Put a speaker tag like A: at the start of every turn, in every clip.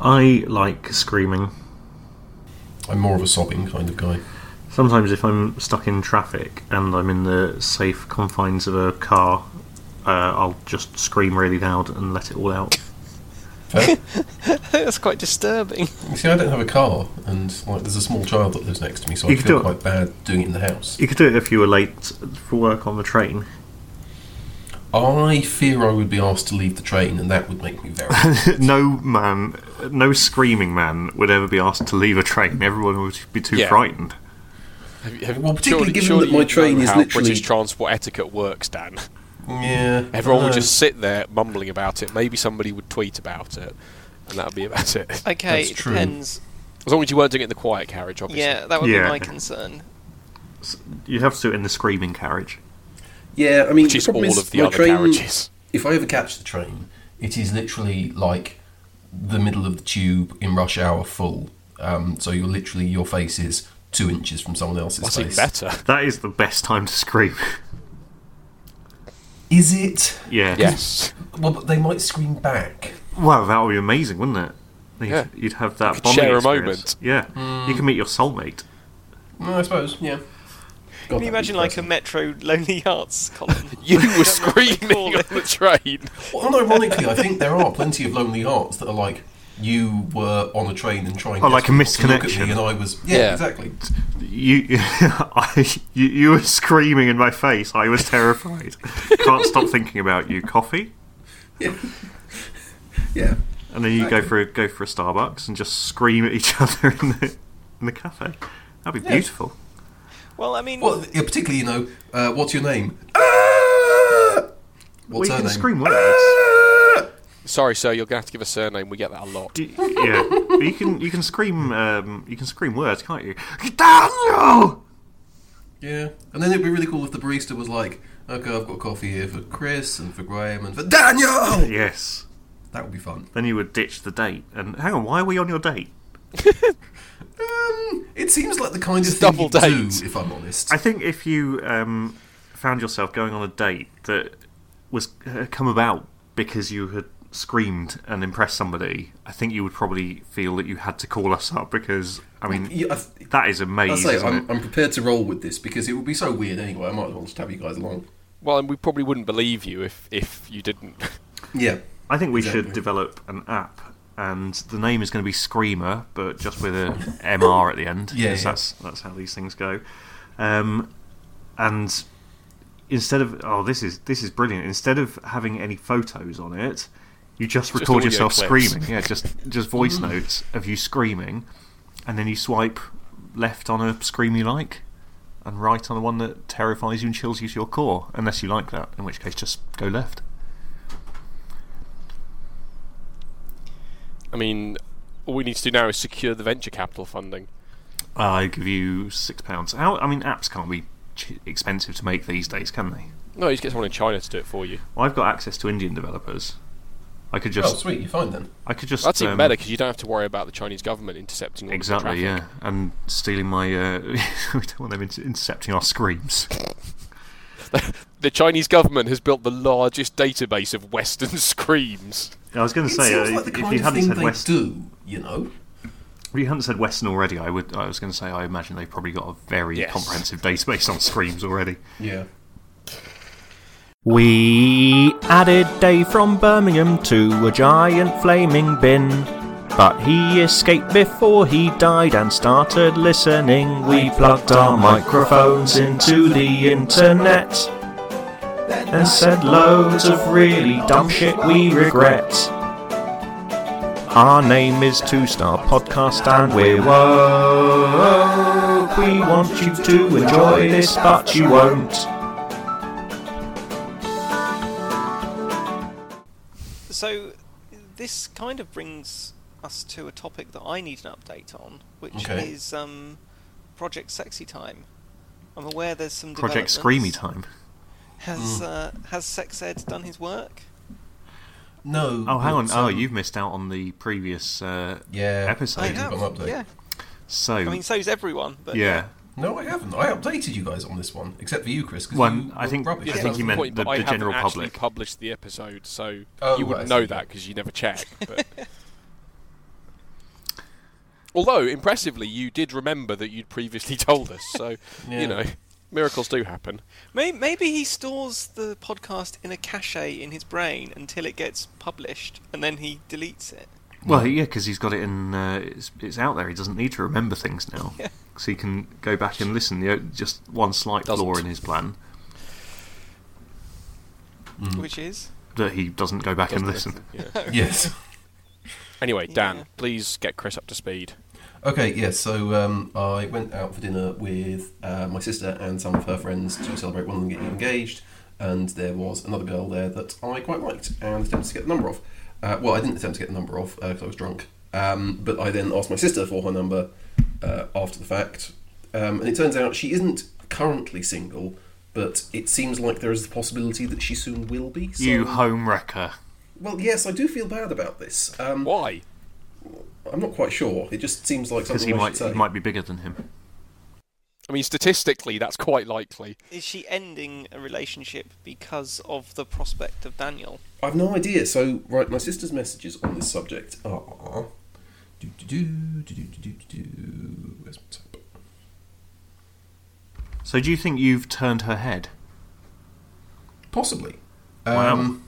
A: I like screaming.
B: I'm more of a sobbing kind of guy.
A: Sometimes, if I'm stuck in traffic and I'm in the safe confines of a car, uh, I'll just scream really loud and let it all out.
B: Fair.
C: That's quite disturbing.
B: Uh, You See, I don't have a car, and like, there's a small child that lives next to me, so
A: You
B: I
A: could do
B: feel
A: it.
B: quite bad doing it in the house.
A: You could do it if you were late for work on the train.
B: I fear I would be asked to leave the train, and that would make me very.
A: no man, no screaming man would ever be asked to leave a train. Everyone would be too
C: Yeah.
A: frightened.
C: Have you- have you-
B: Well, particularly given
C: surely
B: that my
C: you
B: train
C: know
B: is
C: how
B: literally-
C: British transport etiquette works, Dan.
B: yeah.
C: Everyone would
B: Uh,
C: just sit there mumbling about it. Maybe somebody would tweet about it, and that would be about it.
D: Okay,
B: That's
D: it
B: true.
D: depends.
C: As long as you weren't doing it in the quiet carriage, obviously.
D: Yeah, that would
A: Yeah.
D: be my concern.
A: You'd have to do it in the screaming carriage.
B: Yeah, I mean,
C: Which
B: the
C: is
B: problem
C: all
B: is
C: of the
B: my
C: other
B: train,
C: carriages.
B: If I ever catch the train, it is literally like the middle of the tube in rush hour full. Um, so you're literally your face is two inches from someone else's
C: That's even
B: face.
C: better.
A: That is the best time to scream.
B: Is it?
A: yeah.
C: Yes.
B: Well, but they might scream back.
A: Wow, that would be amazing, wouldn't it? You'd,
C: Yeah.
A: you'd have that
C: could
A: bonding
C: share a
A: experience.
C: moment.
A: Yeah, you can meet your soulmate.
B: Mm, I suppose. Yeah. God,
D: Can you imagine like a Metro Lonely Hearts column?
C: You were
D: screaming
C: screaming
D: on
C: on the train.
B: Well, and ironically, I think there are plenty of lonely hearts that are like you were on a train and trying.
A: Oh, like a
B: desperately not to look at
A: misconnection.
B: me and I was. Yeah,
C: Yeah.
B: exactly.
A: You, I, you, you were screaming in my face. I was terrified. Can't stop thinking about you. Coffee,
B: Yeah. yeah.
A: and then you go for a, go for a Starbucks and just scream at each other in the in the cafe. That'd be
B: Yeah.
A: beautiful.
D: well, I mean,
B: Well, yeah, particularly you know, uh, what's your name? Ah!
A: well,
B: What's
A: you
B: her
A: can
B: name?
A: scream words.
B: Ah!
C: Sorry, sir, you're going to have to give a surname. We get that a lot.
A: Y- yeah, But you can you can scream um, you can scream words, can't you? Daniel.
B: Yeah, and then it'd be really cool if the barista was like, "Okay, I've got coffee here for Chris and for Graham and for Daniel."
A: Yes.
B: That would be fun.
A: Then you would ditch the date. And hang on, why are we on your date?
B: Um, it seems like the kind of
C: It's
B: thing
C: double
B: you do,
C: date.
B: if I'm honest.
A: I think if you um, found yourself going on a date that was uh, come about because you had screamed and impressed somebody, I think you would probably feel that you had to call us up because I mean
B: Yeah, I-
A: that is
B: I
A: amazing.
B: say
A: isn't
B: I'm,
A: it?
B: I'm prepared to roll with this because it would be so weird anyway. I might as well just have you guys along.
C: Well, and we probably wouldn't believe you if, if you didn't.
B: Yeah,
A: I think we should
B: Exactly.
A: develop an app. And the name is going to be Screamer, but just with a MR at the end.
B: Yeah,
A: 'cause
B: yeah.
A: that's that's how these things go. Um, and instead of oh, this is this is brilliant. Instead of having any photos on it, you just record
C: audio
A: yourself
C: clips.
A: screaming. Yeah, just just voice notes of you screaming, and then you swipe left on a scream you like, and right on the one that terrifies you and chills you to your core. Unless you like that, in which case just go left.
C: I mean, all we need to do now is secure the venture capital funding.
A: I give you six pounds. How? I mean, apps can't be ch- expensive to make these days, can they?
C: No, you just get someone in China to do it for you.
A: Well, I've got access to Indian developers. I could
B: oh
A: just,
B: sweet, you're fine then.
A: I could just.
C: That's even
A: um,
C: better because you don't have to worry about the Chinese government intercepting all
A: Exactly,
C: the
A: yeah, and stealing my. Uh, we don't want them inter- intercepting our screams.
C: Yeah. The Chinese government has built the largest database of Western screams.
A: I was going
B: It
A: to say,
B: seems
A: uh,
B: like the
A: if,
B: kind
A: you
B: of
A: hadn't
B: thing
A: said
B: they
A: West,
B: do, you know.
A: if you hadn't said Western already, I would. I was going to say, I imagine they've probably got a very
C: Yes.
A: comprehensive database on screams already.
B: Yeah.
E: We added Dave from Birmingham to a giant flaming bin. But he escaped before he died and started listening. We plugged our microphones into the internet and said loads of really dumb shit we regret. Our name is Two Star Podcast and we're woke. We want you to enjoy this, but you won't.
D: so this kind of brings us to a topic that I need an update on, which
B: Okay.
D: is um, Project Sexy Time. I'm aware there's some
A: Project Screamy
D: developments.
A: Time.
D: Has uh, has Sex Ed done his work?
B: No.
A: Oh, hang on.
B: but,
A: Oh,
B: um,
A: you've missed out on the previous uh,
B: Yeah.
A: episode.
D: I
B: did
D: have.
B: an update.
D: Yeah.
A: So,
D: I mean, so's everyone. But
A: yeah.
B: No, I haven't. I updated you guys on this one, except for you, Chris. 'cause
A: Well,
B: you
A: I
B: were
A: think-
B: rubbish.
A: I
C: Yeah,
A: think
C: that's
A: you
C: the
A: meant
C: point,
A: the-
C: but I
A: the
C: haven't
A: general
C: actually
A: public.
C: published the episode, so
B: Oh,
C: you
B: right,
C: wouldn't
B: I
C: know
B: see.
C: that because you never check. But Although impressively, you did remember that you'd previously told us, so
B: Yeah.
C: you know miracles do happen.
D: Maybe, maybe he stores the podcast in a cache in his brain until it gets published, and then he deletes it.
A: Well, yeah, because he's got it in. Uh, it's, it's out there. He doesn't need to remember things now,
D: Yeah.
A: so he can go back and listen. You know, just one slight
C: Doesn't.
A: flaw in his plan
D: Which is
A: that he doesn't go back and listen.
C: Yeah.
B: Yes.
C: Anyway, Dan,
D: Yeah.
C: please get Chris up to speed.
B: Okay, yeah, so um, I went out for dinner with uh, my sister and some of her friends to celebrate one of them getting engaged, and there was another girl there that I quite liked and attempted to get the number off. Uh, well, I didn't attempt to get the number off because I was drunk, um, but I then asked my sister for her number uh, after the fact, um, and it turns out she isn't currently single, but it seems like there is the possibility that she soon will be. So,
A: You home wrecker.
B: well, yes, I do feel bad about this. Um,
C: Why?
B: I'm not quite sure. It just seems like
A: Because
B: something
A: he
B: I should
A: might,
B: say.
A: he might be bigger than him.
C: I mean, statistically, that's quite likely.
D: is she ending a relationship because of the prospect of Daniel?
B: I've no idea. So, right, my sister's messages on this subject are. Do, do, do, do, do, do, do, do. Where's my tab?
A: So, do you think you've turned her head?
B: Possibly.
A: Wow.
B: Um,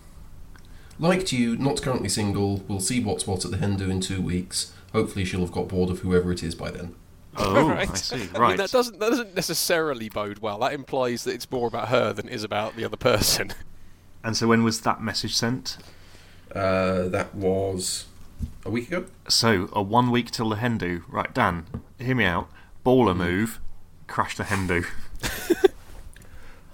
B: Liked you, not currently single. We'll see what's what at the Hindu in two weeks. Hopefully, she'll have got bored of whoever it is by then.
A: Oh,
C: Right.
A: I see.
C: I
A: Right.
C: mean, that doesn't that doesn't necessarily bode well. That implies that it's more about her than it is about the other person.
A: And so, when was that message sent?
B: Uh, that was a week ago.
A: So, a one week till the Hindu. Right, Dan, hear me out.
D: Hmm.
A: Baller move, crash the Hindu.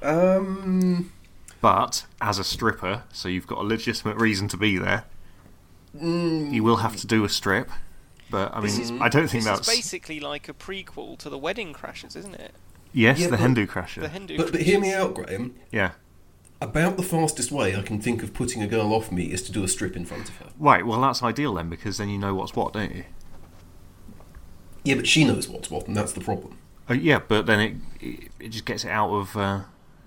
B: Um,
A: But as a stripper, so you've got a legitimate reason to be there. You will have to do a strip, but I mean,
D: Hmm. This is-
A: I don't think
D: This
A: that's
D: is basically like a prequel to the Wedding Crashers, isn't it?
A: yes,
B: Yeah,
A: the
B: but-
A: Hindu crasher.
D: The Hindu.
B: but, but hear me out, Graham.
A: yeah,
B: About the fastest way I can think of putting a girl off me is to do a strip in front of her.
A: right. Well, that's ideal then, because then you know what's what, don't you?
B: Yeah, but she knows what's what, and that's the problem.
A: Oh, yeah, but then it, it it just gets it out of uh,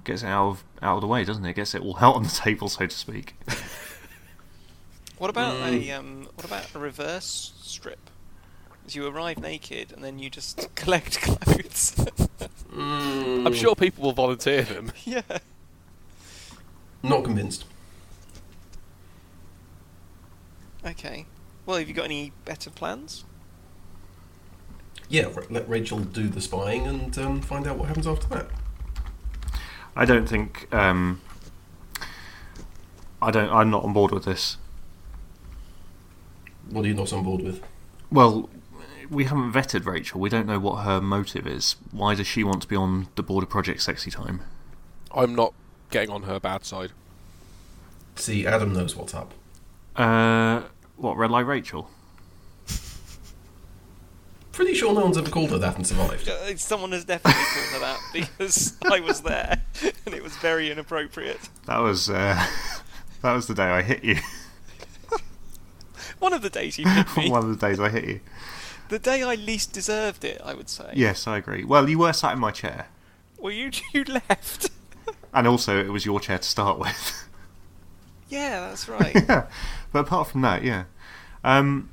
A: gets it out of out of the way, doesn't it? Gets it all out on the table, so to speak.
D: What about a um, what about a reverse strip? As you arrive naked and then you just collect clothes.
C: I'm sure people will volunteer them.
D: yeah.
B: Not convinced.
D: Okay. Well, have you got any better plans?
B: Yeah, Ra- let Rachel do the spying and um, find out what happens after that.
A: I don't think um, I don't. I'm not on board with this.
B: What are you not on board with?
A: Well, we haven't vetted Rachel. We don't know what her motive is. Why does she want to be on the Border Project Sexy Time?
C: I'm not getting on her bad side.
B: See, Adam knows what's up.
A: Uh, what, Red Eye Rachel?
B: Pretty sure no one's ever called her that and survived.
D: Uh, Someone has definitely called her that because I was there and it was very inappropriate.
A: That was, uh, that was the day I hit you.
D: One of the days you hit me.
A: One of the days I hit you.
D: The day I least deserved it, I would say.
A: Yes, I agree. Well, you were sat in my chair.
D: Well, you you left.
A: And also, it was your chair to start with.
D: yeah, that's right.
A: yeah. But apart from that, yeah. Um,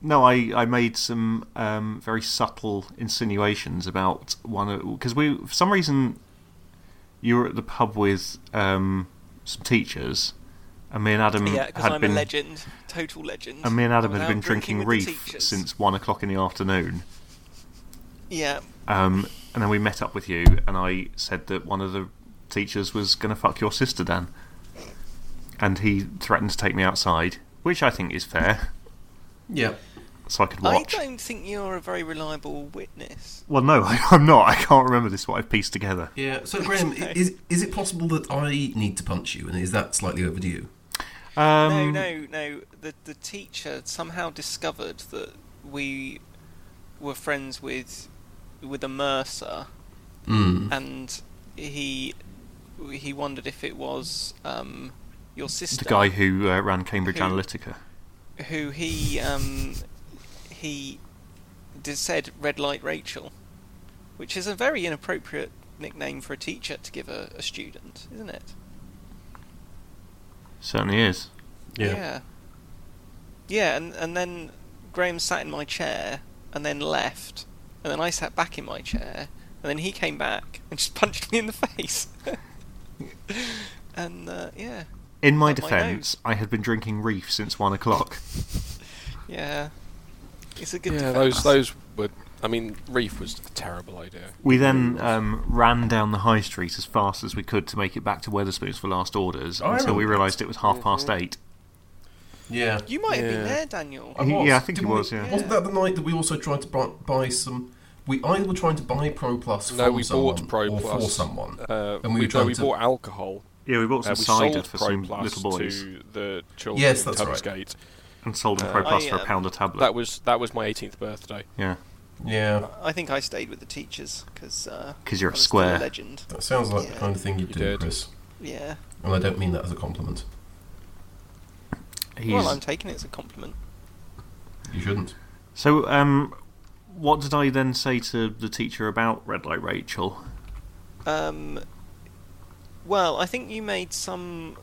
A: no, I, I made some um, very subtle insinuations about one of because we for some reason you were at the pub with um, some teachers, and me and Adam
D: yeah, because
A: had
D: I'm
A: been
D: a legend, total legend.
A: and me and Adam
D: I'm
A: had
D: now
A: been drinking,
D: with the
A: reef
D: teachers.
A: since one o'clock in the afternoon.
D: Yeah,
A: Um, and then we met up with you, and I said that one of the teachers was going to fuck your sister, Dan. And he threatened to take me outside, which I think is fair,
B: Yeah.
A: so I could
D: I
A: watch.
D: don't think you're a very reliable witness.
A: Well, no, I, I'm not. I can't remember this. What I've pieced together.
B: Yeah, so Graham, i- is, is it possible that I need to punch you, and is that slightly overdue?
A: Um,
D: no, no, no. The the teacher somehow discovered that we were friends with with a mercer,
B: Mm.
D: and he he wondered if it was um, your sister.
A: The guy who uh, ran Cambridge
D: Who-
A: Analytica.
D: who he um, he d said red light Rachel, which is a very inappropriate nickname for a teacher to give a, a student, isn't it?
A: Certainly is.
D: yeah, Yeah, and and then Graham sat in my chair and then left, and then I sat back in my chair, and then he came back and just punched me in the face. and uh, yeah,
A: In my
D: Up my
A: defence, I had been drinking Reef since one o'clock.
D: yeah, it's a good.
C: Yeah,
D: defense.
C: those those were. I mean, Reef was a terrible idea.
A: We then um, ran down the high street as fast as we could to make it back to Weatherspoons for last orders
B: I
A: until we
B: remember.
A: realised it was half past
D: Mm-hmm.
A: eight.
B: Yeah.
D: You might have been
C: Yeah.
D: there, Daniel.
B: I
A: He-
B: was.
A: yeah, I think he
B: Didn't we-
A: was, yeah.
B: Wasn't that the night that we also tried to buy, buy some? We either were trying to buy Pro Plus
C: No,
B: from
C: we
B: someone
C: bought Pro
B: or
C: Plus
B: for someone,
C: Uh,
B: and we,
C: we,
B: were
C: no,
B: trying
C: we
B: to,
C: bought alcohol.
A: Yeah, we bought some
C: Uh, we
A: cider
C: sold
A: for
C: Pro
A: some
C: Plus
A: little boys
C: to uh, the children
B: Yes,
C: in
B: that's right.
C: Tubbsgate.
A: and sold them Pro
D: I,
A: Plus for a
D: um,
A: pound a tablet.
C: That was that was my 18th birthday.
A: yeah,
B: Yeah,
D: I think I stayed with the teachers uh, because
A: 'Cause you're a
D: a
A: square.
D: legend.
B: that sounds like the
D: Yeah.
B: kind of thing you'd
C: You
B: do,
C: did.
B: Chris.
D: Yeah.
B: And I don't mean that as a compliment.
A: he's
D: Well, I'm taking it as a compliment.
B: You shouldn't.
A: so. Um, what did I then say to the teacher about Red Light Rachel?
D: Um, well, I think you made some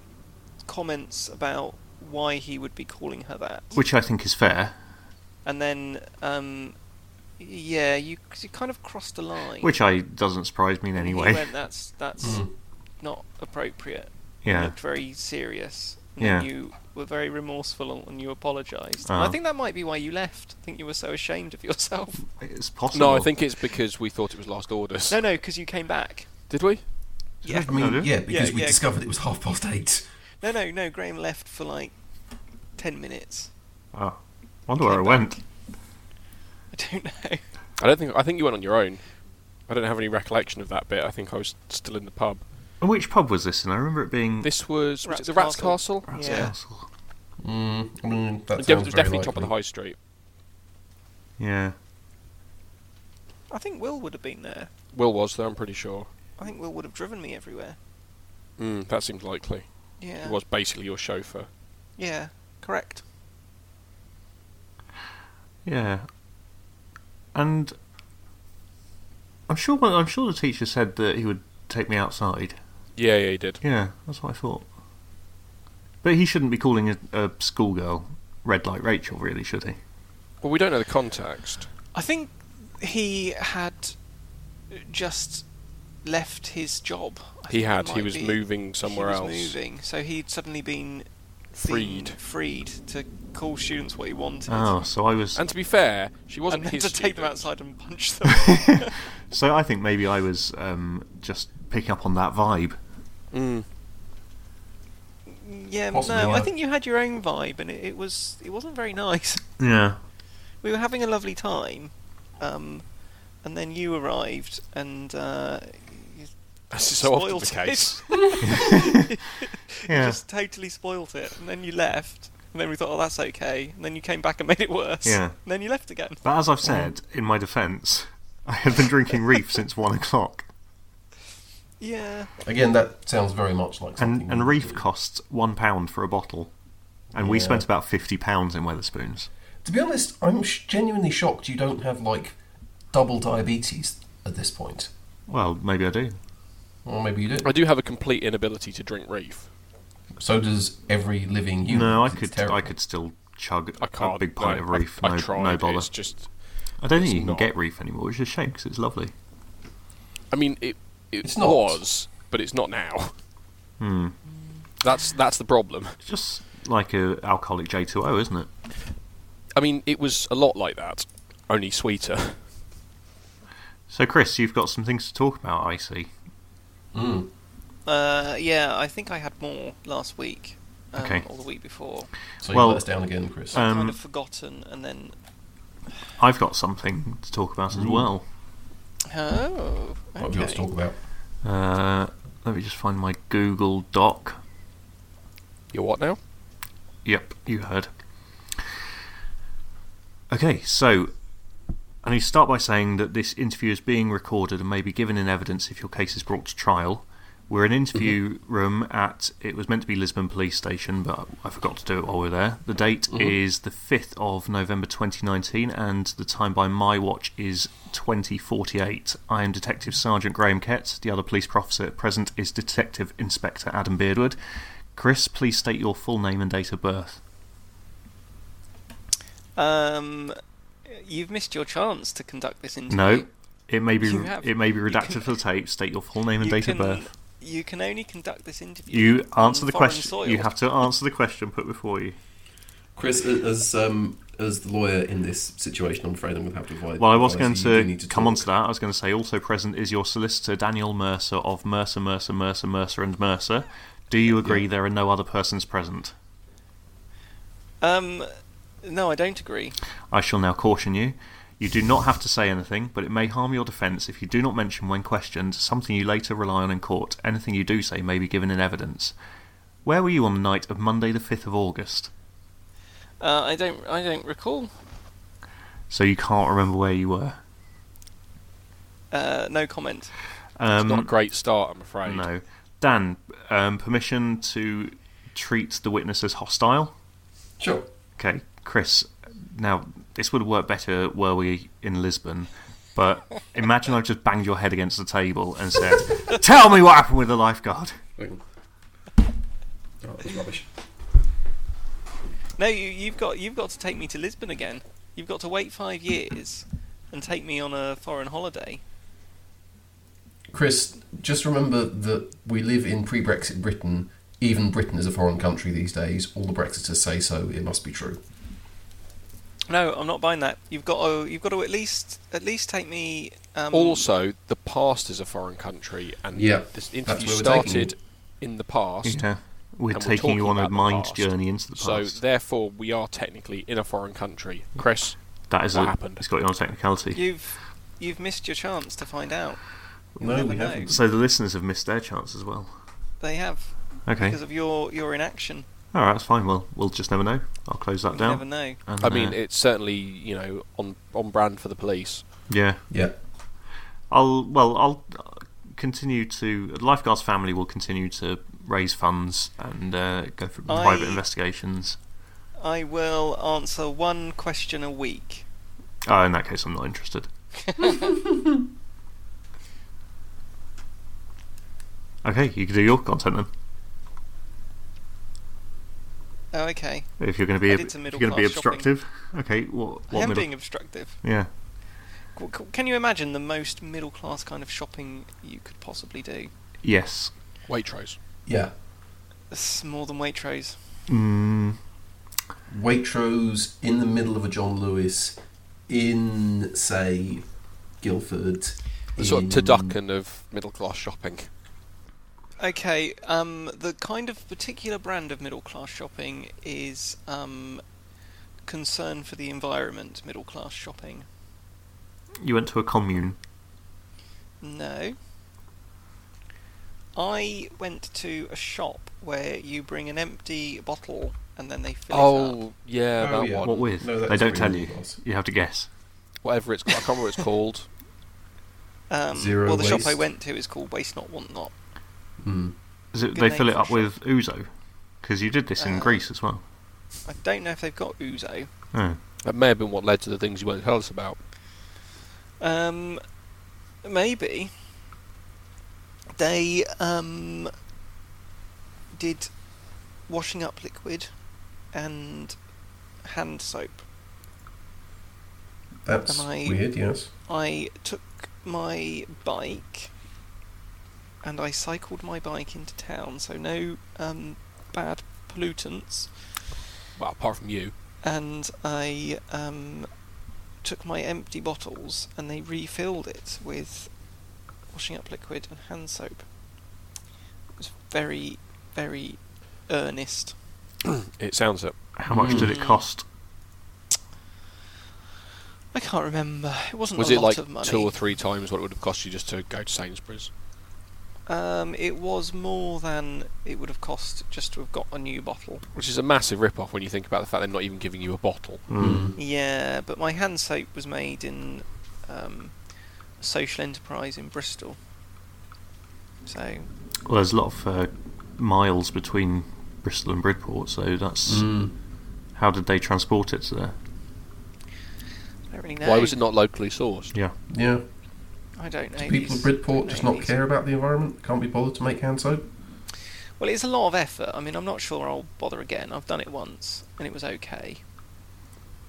D: comments about why he would be calling her that,
A: Which I think is fair.
D: and then um, yeah, you 'cause you kind of crossed the line.
A: Which I doesn't surprise me in any
D: He
A: way.
D: went, that's that's
B: Mm.
D: not appropriate. You
A: Yeah,
D: looked very serious. And
A: Yeah.
D: then you were very remorseful and you apologised. And
A: Uh-huh.
D: I think that might be why you left. I think you were so ashamed of yourself.
A: it's possible.
C: No, I think it's because we thought it was last orders.
D: No, no, because you came back.
C: Did we?
D: Yeah.
B: I mean,
A: No, do-
B: yeah, because
D: Yeah,
B: we
D: yeah.
B: discovered it was half past eight.
D: No, no, no. Graham left for like ten minutes.
A: Oh, wonder where I went.
D: I don't know.
C: I don't think. I think you went on your own. I don't have any recollection of that bit. I think I was still in the pub.
A: And Which pub was this in? I remember it being.
C: This was, was it
D: Rats
C: the Rats
D: Castle.
C: Castle.
A: Rats
D: Yeah.
A: Castle.
B: Mm, I mean, that
C: It
B: sounds
C: was
B: very
C: definitely top of the
B: likely.
C: high street.
A: Yeah.
D: I think Will would have been there.
C: Will was though. I'm pretty sure.
D: I think Will would have driven me everywhere.
C: Mm, that seems likely.
D: Yeah.
C: He was basically your chauffeur.
D: Yeah. Correct.
A: Yeah, and I'm sure. Well, I'm sure the teacher said that he would take me outside.
C: Yeah, yeah, he did.
A: Yeah, that's what I thought. But he shouldn't be calling a, a schoolgirl red light Rachel, really, should he?
C: Well, we don't know the context.
D: I think he had just left his job. I
C: He
D: think it
C: had. He
D: might
C: was
D: be.
C: moving somewhere
D: he was
C: else.
D: Moving, so he'd suddenly been
C: Freed.
D: been freed to call students what he wanted.
A: Oh, so I was.
C: And to be fair, she wasn't
D: and then
C: his
D: to take them
C: student.
D: outside and punch them.
A: so I think maybe I was um, just picking up on that vibe.
C: Mm.
D: yeah,
B: Possibly,
D: no, I
B: yeah.
D: think you had your own vibe, and it, it was it wasn't very nice.
A: Yeah.
D: we were having a lovely time, um, and then you arrived and uh, you
C: That's so
D: spoiled
C: often the case.
D: it. You
A: Yeah.
D: just totally spoilt it, and then you left. And then we thought, oh, that's okay. And then you came back and made it worse.
A: Yeah.
D: And then you left again.
A: But as I've said, in my defence, I had been drinking Reef since one o'clock,
D: Yeah.
B: Again, that sounds very much like something.
A: and
B: we
A: and
B: would
A: Reef
B: do.
A: costs one pound for a bottle, and we
B: Yeah.
A: spent about fifty pounds in Weatherspoons.
B: To be honest, I'm sh- genuinely shocked you don't have like double diabetes at this point.
A: Well, maybe I do.
B: Or maybe you do.
C: I do have a complete inability to drink reef.
B: So does every living human.
A: No, I
B: It's
A: could.
B: terrible.
A: I could still chug
C: I can't.
A: a big pint
C: no,
A: of Reef.
C: I,
A: no,
C: I tried.
A: no bother.
C: It's just.
A: I don't
C: it's
A: think you can
C: not.
A: get Reef anymore, which is a shame because it's lovely.
C: I mean, it. It
B: It's not.
C: was, but it's not now. Hmm. That's that's the problem.
A: It's just like a alcoholic J2O, isn't it?
C: I mean, it was a lot like that, only sweeter.
A: So, Chris, you've got some things to talk about, I see.
B: Mm.
D: Uh, yeah, I think I had more last week. Um,
A: Okay.
D: Or the week before.
B: So you
A: Well,
B: let us down again, Chris.
A: uh,
D: I've
A: Um,
D: kind of forgotten, and then.
A: I've got something to talk about as
B: Ooh.
A: well.
D: Oh.
B: what have you got to
D: Okay.
B: talk about?
A: Uh, let me just find my Google Doc.
C: You're what now?
A: Yep, you heard. Okay, so I need to start by saying that this interview is being recorded and may be given in evidence if your case is brought to trial. We're in an interview room at, it was meant to be Lisbon Police Station, but I forgot to do it while we were there. The date is the 5th of November 2019, and the time by my watch is 2048. I am Detective Sergeant Graham Kett. The other police officer at present is Detective Inspector Adam Beardwood. Chris, please state your full name and date of birth.
D: Um, You've missed your chance to conduct this interview.
A: No, it may be
D: You have-
A: it may be
D: you
A: redacted
D: can-
A: for the tape. State your full name and
D: You
A: date
D: can-
A: of birth.
D: You can only conduct this interview.
A: You
D: on
A: answer the
D: foreign
A: question.
D: soil.
A: You have to answer the question put before you.
B: Chris, a- as um, as the lawyer in this situation, I'm afraid I'm going to have to avoid.
A: Well, I was going
B: advise you, you
A: to,
B: need
A: come
B: talk.
A: on to that. I was going to say also present is your solicitor Daniel Mercer of Mercer, Mercer, Mercer, Mercer, and Mercer. Do you agree there are no other persons present?
D: Um, no, I don't agree.
A: I shall now caution you. You do not have to say anything, but it may harm your defence if you do not mention when questioned something you later rely on in court. Anything you do say may be given in evidence. Where were you on the night of Monday, the 5th of August?
D: Uh, I don't. I don't recall.
A: So you can't remember where you were.
D: Uh, no comment.
A: Um,
C: it's not a great start, I'm afraid.
A: No. Dan, um, permission to treat the witness as hostile?
B: Sure.
A: Okay, Chris, now this would work better were we in Lisbon, but imagine I just banged your head against the table and said, Tell me what happened with the lifeguard.
B: Hang on. Oh, that was rubbish.
D: No, you, you've got. You've got to take me to Lisbon again. You've got to wait five years and take me on a foreign holiday.
B: Chris, just remember that we live in pre-Brexit Britain. Even Britain is a foreign country these days. All the Brexiters say so. It must be true.
D: No, I'm not buying that. You've got to. You've got to at least. At least take me. Um,
C: Also, the past is a foreign country, and
B: Yeah,
C: this
B: that's
C: interview
B: where we're taking
C: started in the past.
A: Yeah, we're
C: And we're
A: taking you
C: talking
A: on a
C: about the
A: mind
C: past.
A: journey into the
C: So
A: past.
C: therefore, we are technically in a foreign country. Chris,
A: that is
C: what
A: a,
C: happened?
A: It's got you on technicality.
D: You've. You've missed your chance to find out. You'll
B: No,
D: never
B: we
D: know.
B: haven't.
A: So the listeners have missed their chance as well.
D: They have
A: Okay,
D: because of your your inaction.
A: all right, that's fine. Well, we'll just never know. I'll close that
D: You
A: down.
D: never know.
A: And,
C: I mean,
A: uh,
C: it's certainly you know on on brand for the police.
A: yeah.
B: Yeah.
A: I'll well, I'll uh, continue to lifeguards family will continue to raise funds and uh, go for
D: I-
A: private investigations.
D: I will answer one question a week.
A: Oh, in that case, I'm not interested. okay, you can do your content then.
D: Oh, okay.
A: If you're going to be
D: I
A: ob-
D: did
A: if
D: some
A: you're going to be
D: middle-class shopping.
A: obstructive, okay. What
D: I
A: what
D: am
A: middle?
D: being obstructive.
A: Yeah.
D: C- c- Can you imagine the most middle class kind of shopping you could possibly do?
A: Yes.
C: Waitrose.
B: Yeah.
D: It's more than Waitrose.
A: Mm,
B: Waitrose in the middle of a John Lewis in, say, Guildford.
C: The sort of
B: in-
C: Tadukan of middle class shopping.
D: Okay, um, the kind of particular brand of middle class shopping is um, concern for the environment, middle class shopping.
A: you went to a commune.
D: No. I went to a shop where you bring an empty bottle and then they fill it up.
C: Oh yeah,
B: Oh,
C: that
B: yeah.
C: one.
A: What with?
B: No,
A: they
B: that's
A: don't
B: really
A: tell you.
B: nice.
A: You have to guess.
C: Whatever it's called, I can't remember what it's called.
D: Um,
B: Zero
D: well, the shop I
B: waste.
D: went to is called Waste Not Want Not.
B: Hmm.
A: Is it,
D: Good
A: they
D: name
A: fill it
D: for
A: up
D: a
A: with ouzo because you did this in
D: Uh,
A: Greece as well.
D: I don't know if they've got ouzo.
A: Oh.
C: That may have been what led to the things you won't tell us about.
D: Um, maybe they um, did washing up liquid and hand soap.
B: That's
D: Am I-
B: weird, yes.
D: I took my bike and I cycled my bike into town, so no um, bad pollutants.
C: Well, apart from you,
D: and I um, took my empty bottles and they refilled it with washing up liquid and hand soap. It was very, very earnest.
C: it sounds it.
A: How much did it
D: Mm.
A: cost?
D: I can't remember. It wasn't
C: Was
D: a
C: it
D: lot
C: like
D: of money.
C: two or three times what it would have cost you just to go to Sainsbury's?
D: um, it was more than it would have cost just to have got a new bottle.
C: Which is a massive rip-off when you think about the fact they're not even giving you a bottle.
A: Mm.
D: Yeah, but my hand soap was made in um, a social enterprise in Bristol. So
A: Well, there's a lot of uh, miles between Bristol and Bridport, so
C: Hmm.
A: that's
B: Mm.
A: how did they transport it to there?
D: I don't really know.
C: Why was it not locally sourced?
A: Yeah,
B: Yeah.
D: I don't know.
B: Do people in
D: these-
B: Bridport
D: don't
B: just
D: know
B: not
D: these.
B: care about the environment? Can't be bothered to make hand soap?
D: Well, it's a lot of effort. I mean, I'm not sure I'll bother again. I've done it once, and it was okay.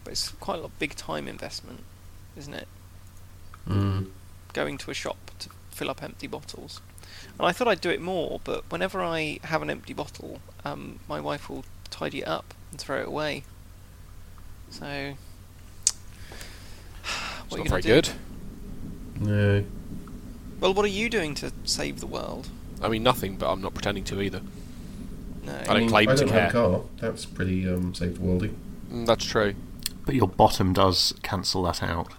D: but it's quite a lot big time investment, isn't it?
A: Hmm.
B: Mm.
D: Going to a shop to fill up empty bottles. And I thought I'd do it more, but whenever I have an empty bottle, um, my wife will tidy it up and throw it away. So,
C: It's
D: what are
C: not
D: you gonna
C: very
D: do?
C: good.
B: No.
D: Well, what are you doing to save the world?
C: I mean, nothing, but I'm not pretending to either.
D: No.
C: I don't claim
B: I
C: to
B: don't
C: care.
B: have a car. That's pretty um, saved worldy.
C: Mm, that's true.
A: But your bottom does cancel that out.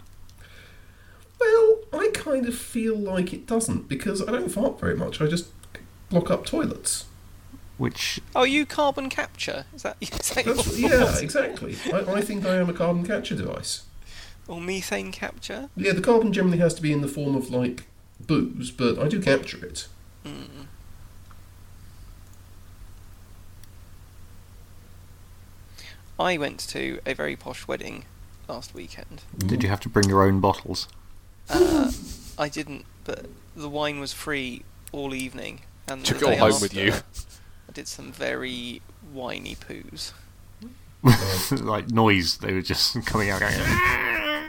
B: Well, I kind of feel like it doesn't because I don't fart very much. I just block up toilets.
A: Which
D: Oh, you carbon capture? Is that, is that your
B: That's, yeah,
D: thought?
B: exactly. I, I think I am a carbon capture device.
D: Or methane capture?
B: Yeah, the carbon generally has to be in the form of like booze, but I do capture it.
D: I went to a very posh wedding last weekend.
A: did
B: Mm.
A: you have to bring your own bottles?
D: Uh, I didn't, but the wine was free all evening. And
C: Took
D: the
C: it all
D: day
C: home with
D: after,
C: you.
D: I did some very whiny poos.
A: like noise, they were just coming out. going, "Ah!"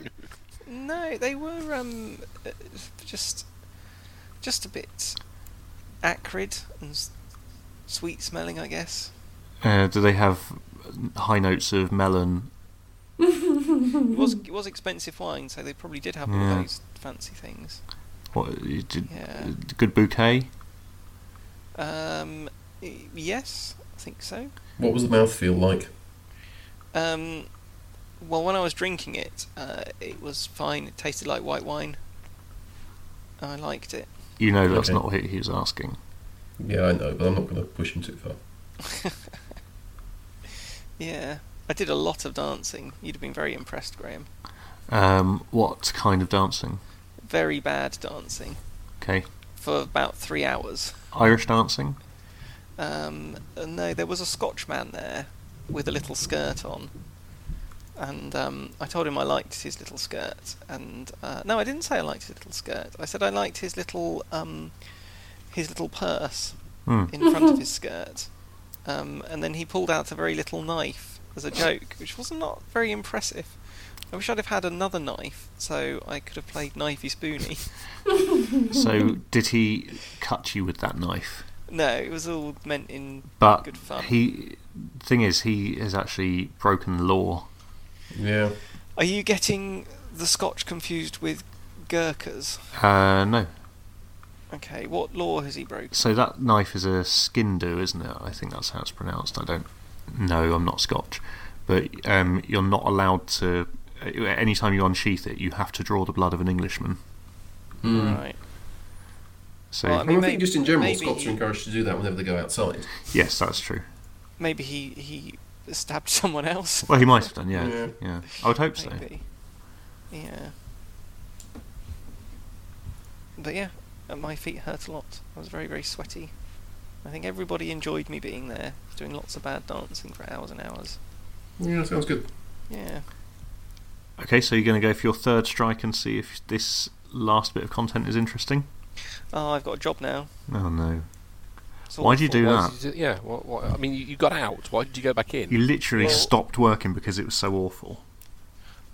D: No, they were um, uh, just just a bit acrid and s- sweet smelling, I guess.
A: uh, do they have high notes of melon?
D: It was it was expensive wine, so they probably did have all
A: Yeah.
D: those fancy things.
A: What, you did-
D: Yeah.
A: Good bouquet.
D: Um, y- yes, I think so.
B: What was the mouthfeel like?
D: Um, well, when I was drinking it, uh, it was fine. It tasted like white wine. I liked it.
A: You know that's
B: Okay.
A: not what he was asking.
B: Yeah, I know, but I'm not going to push him too far.
D: Yeah, I did a lot of dancing. You'd have been very impressed, Graham.
A: Um, what kind of dancing?
D: Very bad dancing
A: Okay,
D: for about three hours.
A: Irish dancing.
D: Um, and no, there was a Scotch man there with a little skirt on. And um, I told him I liked his little skirt. And uh, no, I didn't say I liked his little skirt. I said I liked his little um, his little purse
A: Hmm.
D: in front of his skirt. Um, and then he pulled out a very little knife as a joke, which was not very impressive. I wish I'd have had another knife so I could have played knifey spoony.
A: So did he cut you with that knife?
D: No, it was all meant in
A: But
D: good fun.
A: he thing is, he has actually broken law.
B: Yeah.
D: Are you getting the Scotch confused with Gurkhas?
A: Uh, no.
D: Okay, what law has he broken?
A: So that knife is a skindu, isn't it? I think that's how it's pronounced. I don't know. I'm not Scotch, but um, you're not allowed to. Any time you unsheath it, you have to draw the blood of an Englishman.
B: Hmm.
D: Right.
A: So
D: Well, I
B: I,
D: mean,
B: mean, I think
D: maybe-
B: just in general,
D: maybe
B: Scots
D: he-
B: are encouraged to do that whenever they go outside.
A: yes, that's true.
D: Maybe he he stabbed someone else.
A: Well, he might have done. Yeah, yeah.
B: Yeah.
A: I would hope so.
D: Maybe. Yeah. But yeah, uh, my feet hurt a lot. I was very very sweaty. I think everybody enjoyed me being there, doing lots of bad dancing for hours and hours.
B: Yeah, sounds good.
D: Yeah.
A: Okay, so you're going to go for your third strike and see if this last bit of content is interesting.
D: Oh, I've got a job now.
A: Oh no!
D: It's
A: Why'd you
D: awful.
A: do
C: Why
A: that?
C: did you do- yeah. What, what, I mean, you, you got out. Why did you go back in?
A: You literally
D: Well-
A: stopped working because it was so awful.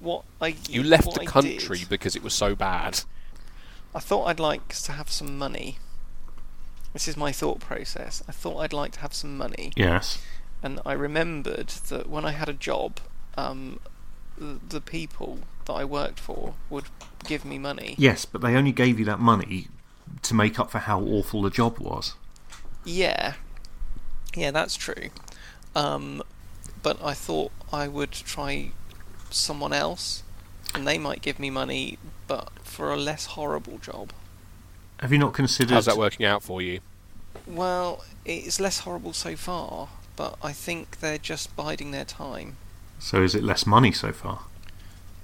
D: What I
C: You left
D: what
C: the
D: I
C: country
D: did-
C: because it was so bad.
D: I thought I'd like to have some money. This is my thought process. I thought I'd like to have some money,
A: Yes.
D: and I remembered that when I had a job, um, the, the people that I worked for would give me money.
A: Yes, but they only gave you that money to make up for how awful the job was.
D: Yeah, yeah, that's true. Um, but I thought I would try someone else, and they might give me money, but for a less horrible job.
A: Have you not considered?
C: How's that working out for you?
D: Well, it's less horrible so far, but I think they're just biding their time.
A: So is it less money so far?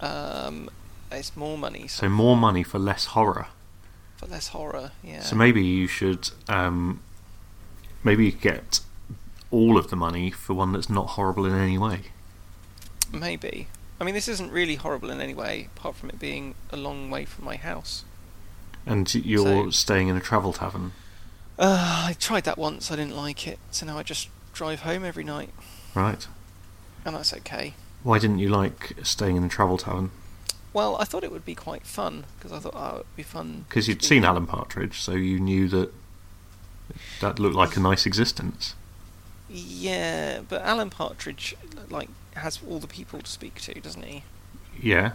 D: Um, it's more money, so,
A: So more money for less horror.
D: but less horror. Yeah.
A: So maybe you should, um, maybe you could get all of the money for one that's not horrible in any way.
D: maybe. I mean, this isn't really horrible in any way, apart from it being a long way from my house.
A: And you're
D: So-
A: staying in a travel tavern.
D: Uh, I tried that once. I didn't like it, so now I just drive home every night,
A: Right.
D: and that's okay.
A: Why didn't you like staying in the travel tavern?
D: Well, I thought it would be quite fun because I thought oh, it would be fun
A: Because
D: to
A: you'd
D: do
A: seen
D: that.
A: Alan Partridge, so you knew that that looked like a nice existence.
D: Yeah, but Alan Partridge like has all the people to speak to, doesn't he?
A: Yeah,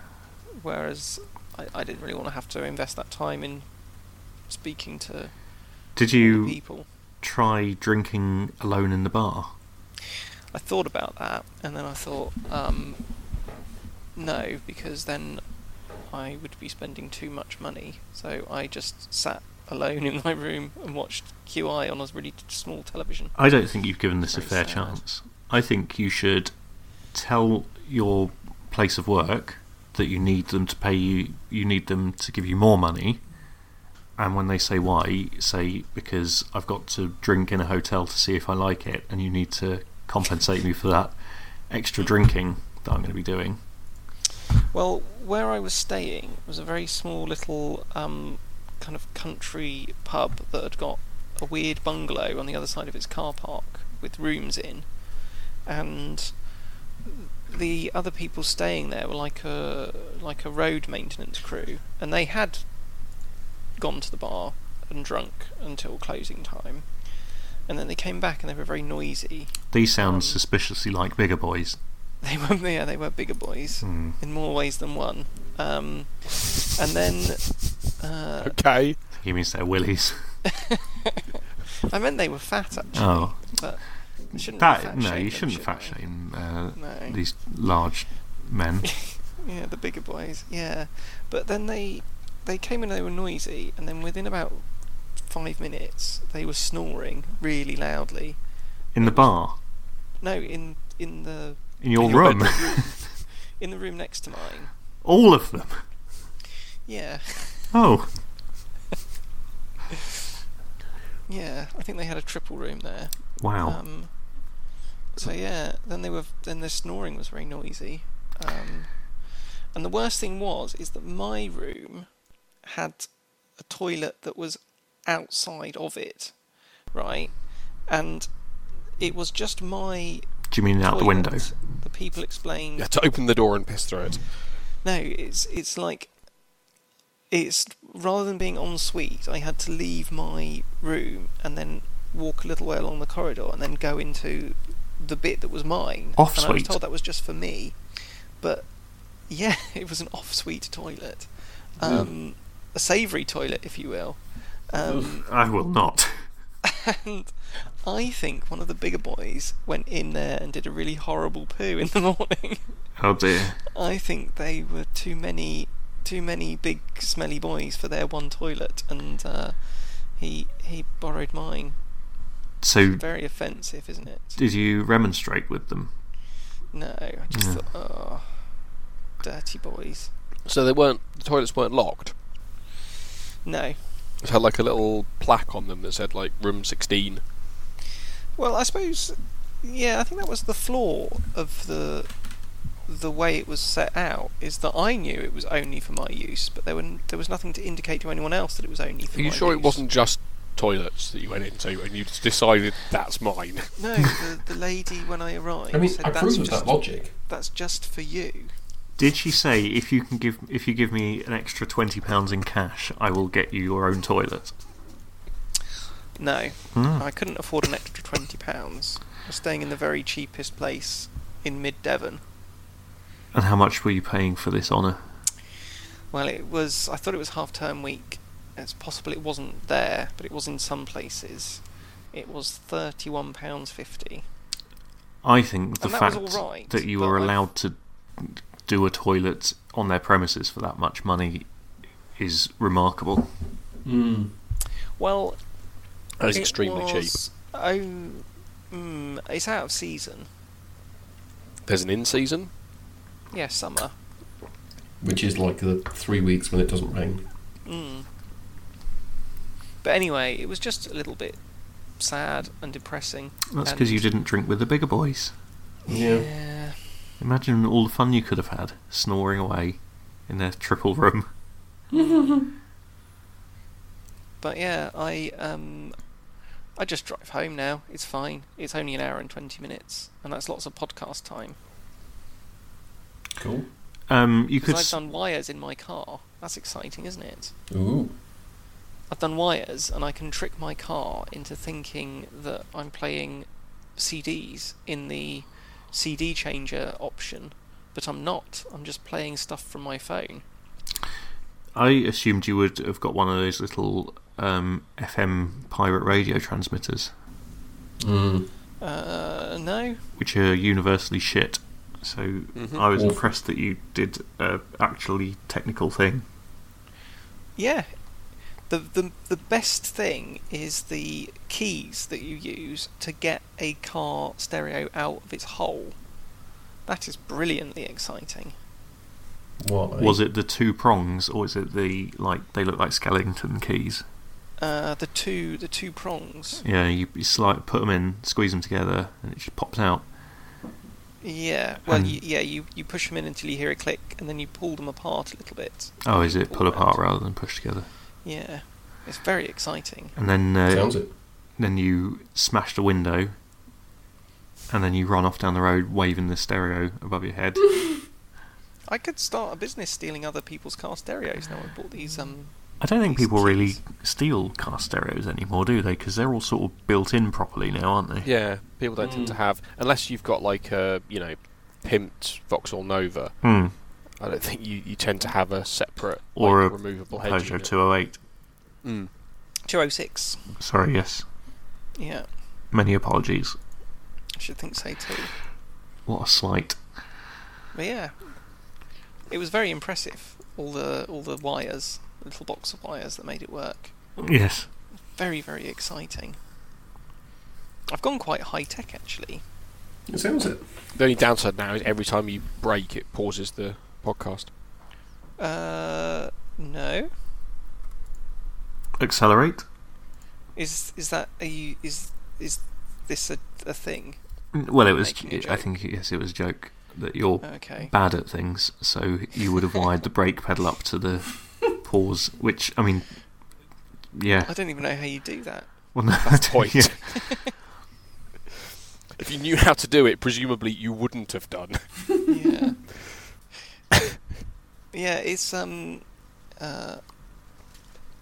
D: Whereas I, I didn't really want to have to invest that time in speaking to
A: Did
D: all the
A: you
D: people.
A: try drinking alone in the bar?
D: I thought about that, and then I thought, um, no, because then I would be spending too much money. So I just sat alone in my room and watched QI on a really t- small television.
A: I don't think you've given this a
D: Very
A: fair
D: sad.
A: chance. I think you should tell your place of work that you need them to pay you, you need them to give you more money. And when they say why, say because I've got to drink in a hotel to see if I like it, and you need to compensate me for that extra drinking that I'm going to be doing.
D: Well, where I was staying was a very small little um, kind of country pub that had got a weird bungalow on the other side of its car park with rooms in, and the other people staying there were like a like a road maintenance crew, and they had gone to the bar and drunk until closing time, and then they came back and they were very noisy.
A: These sound
D: Um,
A: suspiciously like bigger boys.
D: They were yeah they were bigger boys
A: Hmm.
D: in more ways than one. Um, and then uh,
C: Okay.
A: He means they're willies.
D: I meant they were fat actually.
A: Oh.
D: But I shouldn't
A: That
D: fat
A: no,
D: shame
A: you
D: them,
A: shouldn't
D: should
A: fat
D: I?
A: shame uh,
D: No.
A: these large men.
D: Yeah, the bigger boys. Yeah, but then they they came in and they were noisy, and then within about five minutes they were snoring really loudly.
A: In the bar,
D: No, in in the
A: in your
C: In your
A: room,
C: bedroom.
D: in the room next to mine.
A: all of them.
D: Yeah,
A: Oh,
D: yeah. I think they had a triple room there.
A: wow.
D: Um, so yeah, then they were then the snoring was very noisy, um, and the worst thing was is that my room had a toilet that was outside of it, right, and it was just my
A: Do you mean out the
D: toilet.
A: window?
D: The people explained
C: You had to open the door and piss through it.
D: no, it's it's like it's rather than being en suite, I had to leave my room and then walk a little way along the corridor and then go into the bit that was mine. And I was
A: Off-suite?
D: told that was just for me, but yeah, it was an off suite toilet, um, a savoury toilet, if you will. Um,
A: I will not.
D: and I think one of the bigger boys went in there and did a really horrible poo in the morning.
A: Oh dear.
D: I think they were too many, too many big smelly boys for their one toilet, and uh, he he borrowed mine.
A: So,
D: Very offensive, isn't it?
A: did you remonstrate with them?
D: No, I just
A: Yeah.
D: thought, oh, dirty boys.
C: So they weren't. The toilets weren't locked.
D: No.
C: It had like a little plaque on them that said like room sixteen.
D: Well, I suppose, yeah, I think that was the flaw of the the way it was set out is that I knew it was only for my use, but there were n- there was nothing to indicate to anyone else that it was only for.
C: Are you
D: my
C: sure it
D: use.
C: wasn't just toilets that you went into and you just decided that's mine?
D: No, the, the lady when I arrived
B: I mean,
D: said
B: I
D: that's
B: approve of
D: just
B: that logic.
D: that's just for you.
A: Did she say if you can give if you give me an extra twenty pounds in cash, I will get you your own toilet?
D: No,
A: Hmm.
D: I couldn't afford an extra twenty pounds. I was staying in the very cheapest place in mid Devon.
A: And how much were you paying for this honour?
D: Well, it was. I thought it was half term week. It's possible it wasn't there, but it was in some places. It was thirty one pounds fifty.
A: I think the
D: And that
A: fact
D: was all right,
A: that you
D: but
A: were
D: I-
A: allowed to do a toilet on their premises for that much money is remarkable.
B: Mm.
D: Well,
C: That is
D: it
C: extremely
D: was- Oh, mm, it's out of season.
C: cheap. There's an in season.
D: Yeah, summer.
B: Which is like the three weeks when it doesn't rain.
D: Mm. But anyway, it was just a little bit sad and depressing.
A: That's because you
D: And-
A: didn't drink with the bigger boys.
B: Yeah.
D: yeah.
A: Imagine all the fun you could have had snoring away in their triple room.
D: But yeah, I um, I just drive home now. It's fine. It's only an hour and twenty minutes, and that's lots of podcast time.
B: Cool.
A: Um, you could.
D: Because
A: s-
D: I've done wires in my car. That's exciting, isn't it?
B: Ooh.
D: I've done wires, and I can trick my car into thinking that I'm playing CDs in the CD changer option, but I'm not. I'm just playing stuff from my phone.
A: I assumed you would have got one of those little um, FM pirate radio transmitters,
B: Mm.
D: Uh, no.
A: which are universally shit. So I was
B: Awful.
A: impressed that you did a actually technical thing.
D: Yeah. The, the, the best thing is the keys that you use to get a car stereo out of its hole. That is brilliantly exciting.
B: Why?
A: Was it the two prongs, or is it the like they look like skeleton keys?
D: Uh, the two the two prongs.
A: Yeah, you, you slide, put them in, squeeze them together, and it just pops out.
D: Yeah. Well,
A: And-
D: you, yeah. You you push them in until you hear a click, and then you pull them apart a little bit.
A: Oh, is it pull
D: Pull
A: apart
D: out.
A: rather than push together?
D: Yeah. It's very exciting.
A: And then uh,
B: Sounds it.
A: then you smash the window, and then you run off down the road waving the stereo above your head.
D: I could start a business stealing other people's car stereos. Now I bought these. Um.
A: I don't think
D: These
A: people really
D: keys.
A: steal car stereos anymore, do they? Because they're all sort of built in properly now, aren't they?
C: Yeah, people don't tend to
B: Mm.
C: have unless you've got like a you know pimped Vauxhall Nova.
A: Hmm.
C: I don't think you, you tend to have a separate
A: Or
C: like,
A: a
C: removable head
A: Peugeot
C: unit.
A: 208.
C: Mm.
D: 206.
A: Sorry, yes.
D: Yeah.
A: Many apologies.
D: I should think so too.
A: What a slight.
D: But yeah, it was very impressive. All the all the wires, the little box of wires that made it work.
A: Yes.
D: Very very exciting. I've gone quite high tech actually.
B: It sounds it.
C: The only downside now is every time you break, it pauses the podcast.
D: Uh, no.
A: Accelerate?
D: Is is that are you is is this a, a thing?
A: Mm, Well, it was.
D: Making a
A: I
D: joke.
A: think, yes, it was a joke that you're
D: Okay.
A: bad at things, so you would have wired the brake pedal up to the pause, which, I mean, yeah.
D: I don't even know how you do that.
A: Well, no,
C: That's the point.
A: yeah.
C: if you knew how to do it, presumably you wouldn't have done.
D: Yeah. yeah, it's um uh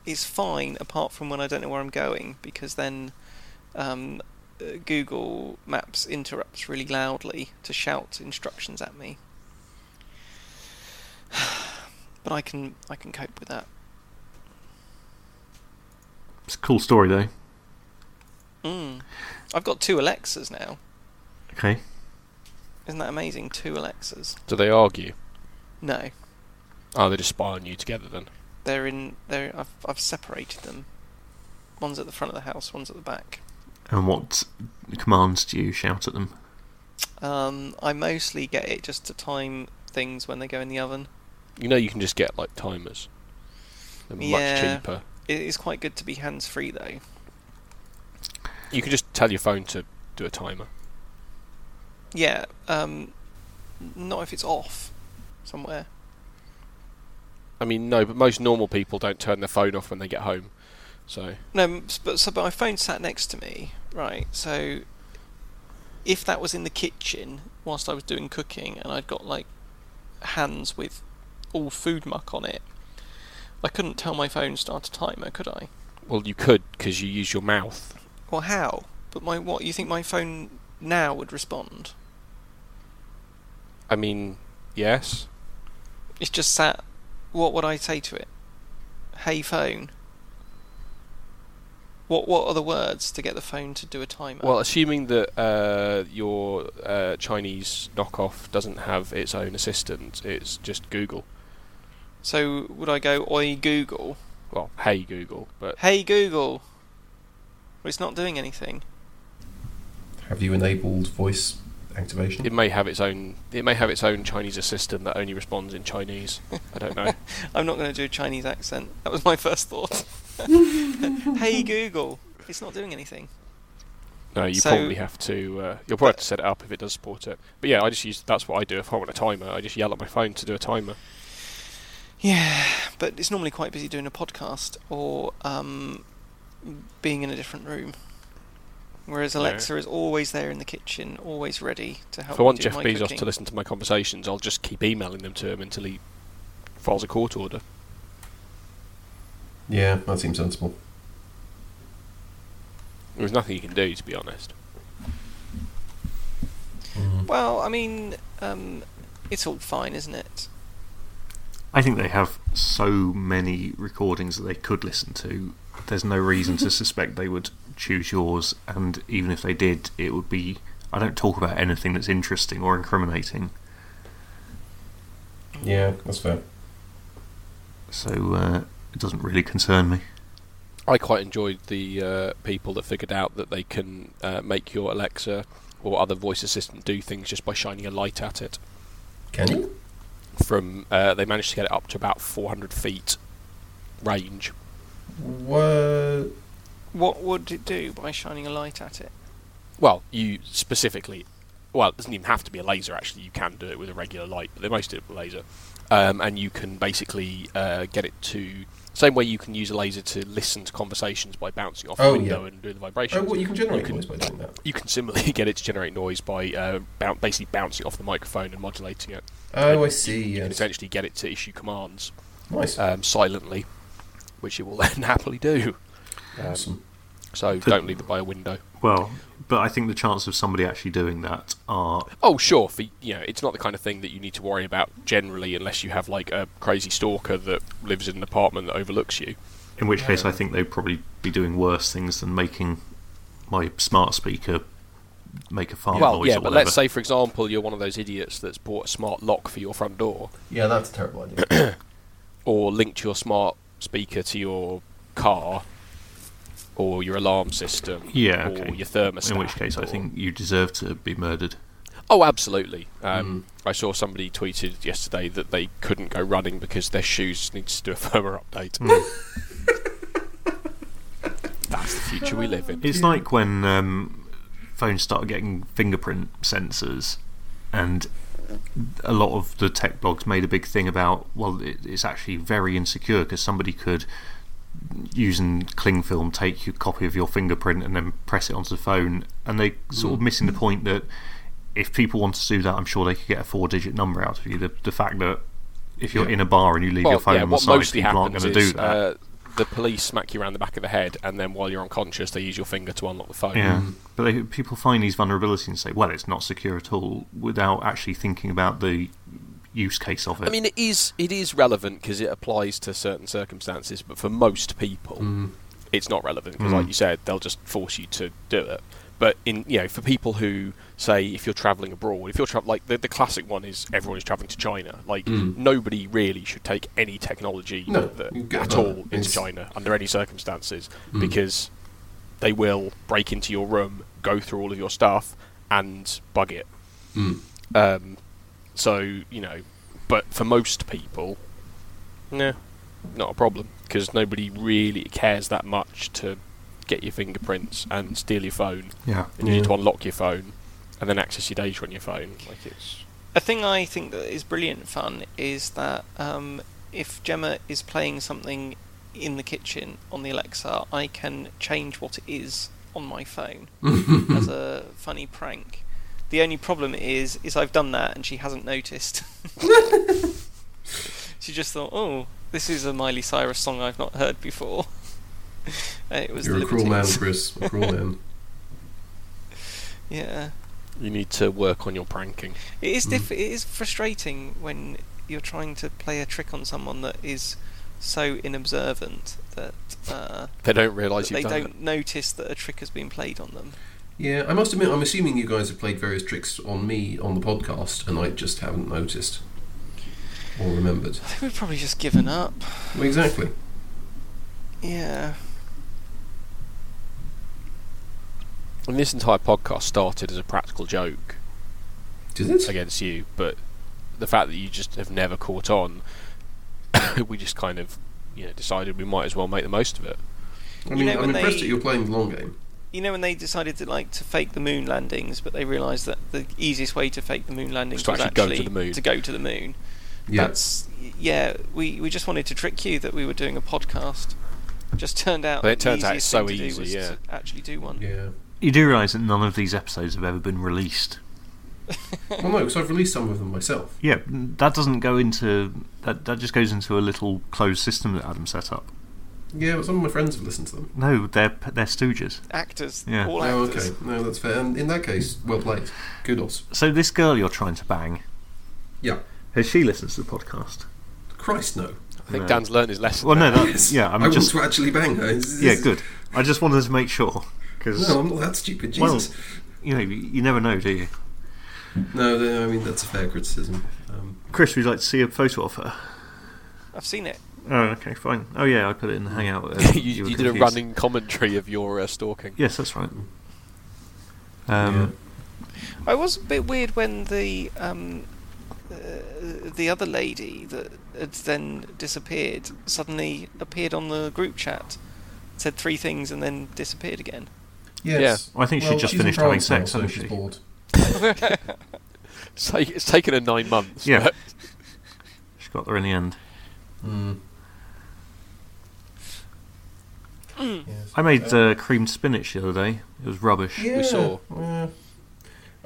D: it's fine apart from when I don't know where I'm going because then um uh, Google Maps interrupts really loudly to shout instructions at me. But I can I can cope with that.
A: It's a cool story, though.
D: Mm. I've got two Alexas now.
A: Okay.
D: Isn't that amazing? Two Alexas.
C: Do they argue?
D: No,
C: Oh, they just spy on you together then.
D: they're in. They're. I've I've separated them. One's at the front of the house. One's at the back.
A: And what commands do you shout at them?
D: Um, I mostly get it just to time things when they go in the oven.
C: You know you can just get like timers. They're
D: Yeah.
C: much cheaper.
D: It is quite good to be hands free though.
C: You can just tell your phone to do a timer.
D: Yeah. Um, not if it's off somewhere.
C: I mean, no, but most normal people don't turn their phone off when they get home. So
D: No, m- s- but so but my phone sat next to me, right? So if that was in the kitchen whilst I was doing cooking and I'd got like hands with all food muck on it, I couldn't tell my phone start a timer, could I?
C: Well, you could because you use your mouth.
D: Well, how? But my what? You think my phone now would respond?
C: I mean, yes.
D: It's just sat. What would I say to it? Hey phone. What what are the words to get the phone to do a timer?
C: Well, assuming that uh, your uh, Chinese knockoff doesn't have its own assistant, it's just Google.
D: so would I go oi Google?
C: Well, hey Google, but
D: Hey Google. Well, it's not doing anything.
B: Have you enabled voice activation?
C: it may have its own. It may have its own Chinese assistant that only responds in Chinese. I don't know.
D: I'm not going to do a Chinese accent. That was my first thought. hey Google. It's not doing anything.
C: No, you
D: So-
C: probably have to. Uh, you'll probably have to set it up if it does support it. But yeah, I just use. That's what I do if I want a timer. I just yell at my phone to do a timer.
D: Yeah, but it's normally quite busy doing a podcast or um, being in a different room. Whereas Alexa is always there in the kitchen, always ready to help.
C: If I want
D: do
C: Jeff
D: my
C: Bezos
D: cooking.
C: to listen to my conversations, I'll just keep emailing them to him until he files a court order.
B: Yeah, that seems sensible.
C: There's nothing you can do, to be honest.
D: Well, I mean, um, it's all fine, isn't it?
A: I think they have so many recordings that they could listen to. There's no reason to suspect they would choose yours, and even if they did, it would be. I don't talk about anything that's interesting or incriminating.
B: Yeah, that's fair.
A: so uh, it doesn't really concern me.
C: I quite enjoyed the uh, people that figured out that they can uh, make your Alexa or other voice assistant do things just by shining a light at it.
B: Can you?
C: From uh, they managed to get it up to about 400 feet range.
B: What?
D: What would it do by shining a light at it?
C: Well, you specifically, well, it doesn't even have to be a laser. Actually, you can do it with a regular light, but they most do it with a laser. Um, and you can basically uh, get it to same way you can use a laser to listen to conversations by bouncing off the
B: Oh,
C: window
B: yeah.
C: and doing the
B: Oh,
C: vibrations.
B: what? You can generate
C: You can-
B: noise by doing that.
C: you can similarly get it to generate noise by uh, boun basically bouncing off the microphone and modulating it.
B: Oh, I
C: You-
B: see.
C: You can
B: Yes.
C: essentially get it to issue commands
B: Nice.
C: um, silently, which it will then happily do.
B: Awesome.
C: So
A: The-
C: don't leave it by a window.
A: Well, but I think the chance of somebody actually doing that are
C: Oh, sure. For you know, it's not the kind of thing that you need to worry about generally, unless you have like a crazy stalker that lives in an apartment that overlooks you.
A: in which case I think they'd probably be doing worse things than making my smart speaker make a fart
C: well,
A: noise
C: yeah,
A: or
C: but
A: whatever.
C: let's say, for example, you're one of those idiots that's bought a smart lock for your front door,
B: Yeah, that's a terrible idea.
C: or linked your smart speaker to your car, or your alarm system,
A: yeah,
C: or
A: okay.
C: your thermostat.
A: In which case, I
C: or-
A: think you deserve to be murdered.
C: Oh, absolutely. Um,
A: Mm-hmm.
C: I saw somebody tweeted yesterday that they couldn't go running because their shoes needs to do a firmware update.
A: Mm.
C: That's the future we live in.
A: It's like when um, phones started getting fingerprint sensors, and a lot of the tech blogs made a big thing about well, it, it's actually very insecure because somebody could, using cling film, take your copy of your fingerprint and then press it onto the phone, and they sort of
C: Mm.
A: missing the point that if people want to do that, I'm sure they could get a four digit number out of you. The, the fact that if you're in a bar and you leave your phone on the
C: what
A: side,
C: mostly
A: people aren't
C: happens
A: going
C: is
A: to do that.
C: Uh, the police smack you around the back of the head, and then while you're unconscious, they use your finger to unlock the phone.
A: Yeah, Um, but they, people find these vulnerabilities and say, "Well, it's not secure at all," without actually thinking about the use case of it.
C: I mean, it is it is relevant because it applies to certain circumstances, but for most people,
B: Mm.
C: it's not relevant because, like you said, they'll just force you to do it. But in you know, for people who say if you're traveling abroad, if you're tra- like the, the classic one is everyone is traveling to China. Like nobody really should take any technology
B: Mm. No,
C: that-
B: you get
C: at
B: that.
C: all into
B: It's- Mm.
C: China under any circumstances because they will break into your room, go through all of your stuff, and bug it.
B: Mm.
C: Um, so you know, but for most people, no, not a problem because nobody really cares that much to get your fingerprints and steal your phone
A: yeah,
C: and you need
B: Yeah.
C: to unlock your phone and then access your data on your phone. Like it's
D: A thing I think that is brilliant fun is that um, if Gemma is playing something in the kitchen on the Alexa, I can change what it is on my phone as a funny prank. The only problem is, is I've done that and she hasn't noticed. she just thought, "Oh, this is a Miley Cyrus song I've not heard before." And it was
B: You're
D: the
B: a cruel man,
D: Libertines.
B: Chris. A cruel man.
D: Yeah.
C: you need to work on your pranking.
D: It is diff- it is frustrating when you're trying to play a trick on someone that is so inobservant that uh,
C: They don't realise
D: that they
C: you've done
D: don't notice that a trick has been played on them.
B: Yeah, I must admit, I'm assuming you guys have played various tricks on me on the podcast, and I just haven't noticed or remembered.
D: I think we've probably just given up.
B: Well, exactly.
D: Yeah.
C: it. And this entire podcast started as a practical joke
B: Did it?
C: against you, but the fact that you just have never caught on, we just kind of you know decided we might as well make the most of it.
B: I
D: You
B: mean,
D: know,
B: I'm
D: when
B: impressed
D: they-
B: that you're playing the long game.
D: You know when they decided to like to fake the moon landings, but they realised that the easiest way to fake the moon landings
C: to
D: was
C: actually go to
D: actually
C: the moon.
D: to go to the moon.
B: Yeah.
D: That's yeah. We we just wanted to trick you that we were doing a podcast. Just turned out.
C: But it
D: that the
C: turns out it's
D: easiest
C: so
D: thing to do
C: easy,
D: was
C: yeah.
D: to actually do one.
B: Yeah.
A: You do realise that none of these episodes have ever been released.
B: Well, no, because I've released some of them myself.
A: Yeah, that doesn't go into that. That just goes into a little closed system that Adam set up.
B: Yeah, but some of my friends have listened to them.
A: No, they're they're stooges.
D: Actors,
A: Yeah.
D: all
B: Oh,
D: actors.
B: okay. No, that's fair. And in that case, well played. Kudos.
A: So this girl you're trying to bang,
B: Yeah.
A: has she listens to the podcast?
B: Christ, no.
C: I think
A: No.
C: Dan's learned his lesson.
A: Well, no,
C: there.
A: that, yeah,
B: I
A: I'm
B: want
A: just
B: to actually bang her. This is-
A: yeah, good. I just wanted to make sure because
B: No, I'm not that stupid.
A: well,
B: Jesus.
A: you know, you never know, do you?
B: No, no, I mean that's a fair criticism. Um,
A: Chris, would you like to see a photo of her?
D: I've seen it.
A: Oh, okay, fine. Oh yeah, I put it in the hangout. uh,
C: Mm. you,
A: were
C: you did a
A: confused.
C: running commentary of your uh, stalking.
A: Yes, that's right. Um,
D: I was a bit weird when the um, uh, the other lady that had then disappeared suddenly appeared on the group chat, said three things, and then disappeared again.
B: yes.
A: I think she
B: Well,
A: just
B: she's in
A: finished having
B: France now,
A: sex,
B: so
A: hasn't
B: she's
A: she?
B: bored.
C: It's, take, it's taken her nine months.
A: Yeah.
C: but-
A: she got there in the end.
B: Mm. Yes.
A: I made uh, creamed spinach the other day. It was rubbish.
B: Yeah,
C: saw.
B: yeah.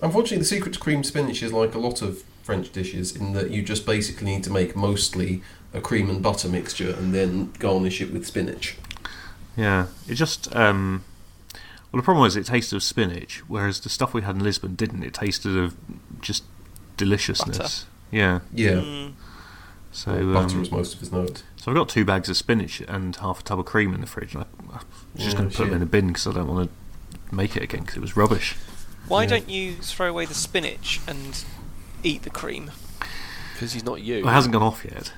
B: Unfortunately, the secret to cream spinach is like a lot of French dishes in that you just basically need to make mostly a cream and butter mixture and then garnish it with spinach.
A: Yeah, it just um, well the problem was it tasted of spinach, whereas the stuff we had in Lisbon didn't. It tasted of just deliciousness. Yeah,
B: Yeah,
D: Mm,
A: so
B: butter
A: um,
B: as most of us know it.
A: so I've got two bags of spinach and half a tub of cream in the fridge. And I, I'm just
B: Yeah,
A: going to put them in
B: shit.
A: a bin because I don't want to make it again because it was rubbish.
D: Why
B: Yeah.
D: don't you throw away the spinach and eat the cream?
C: Because he's not you.
A: It hasn't gone off yet.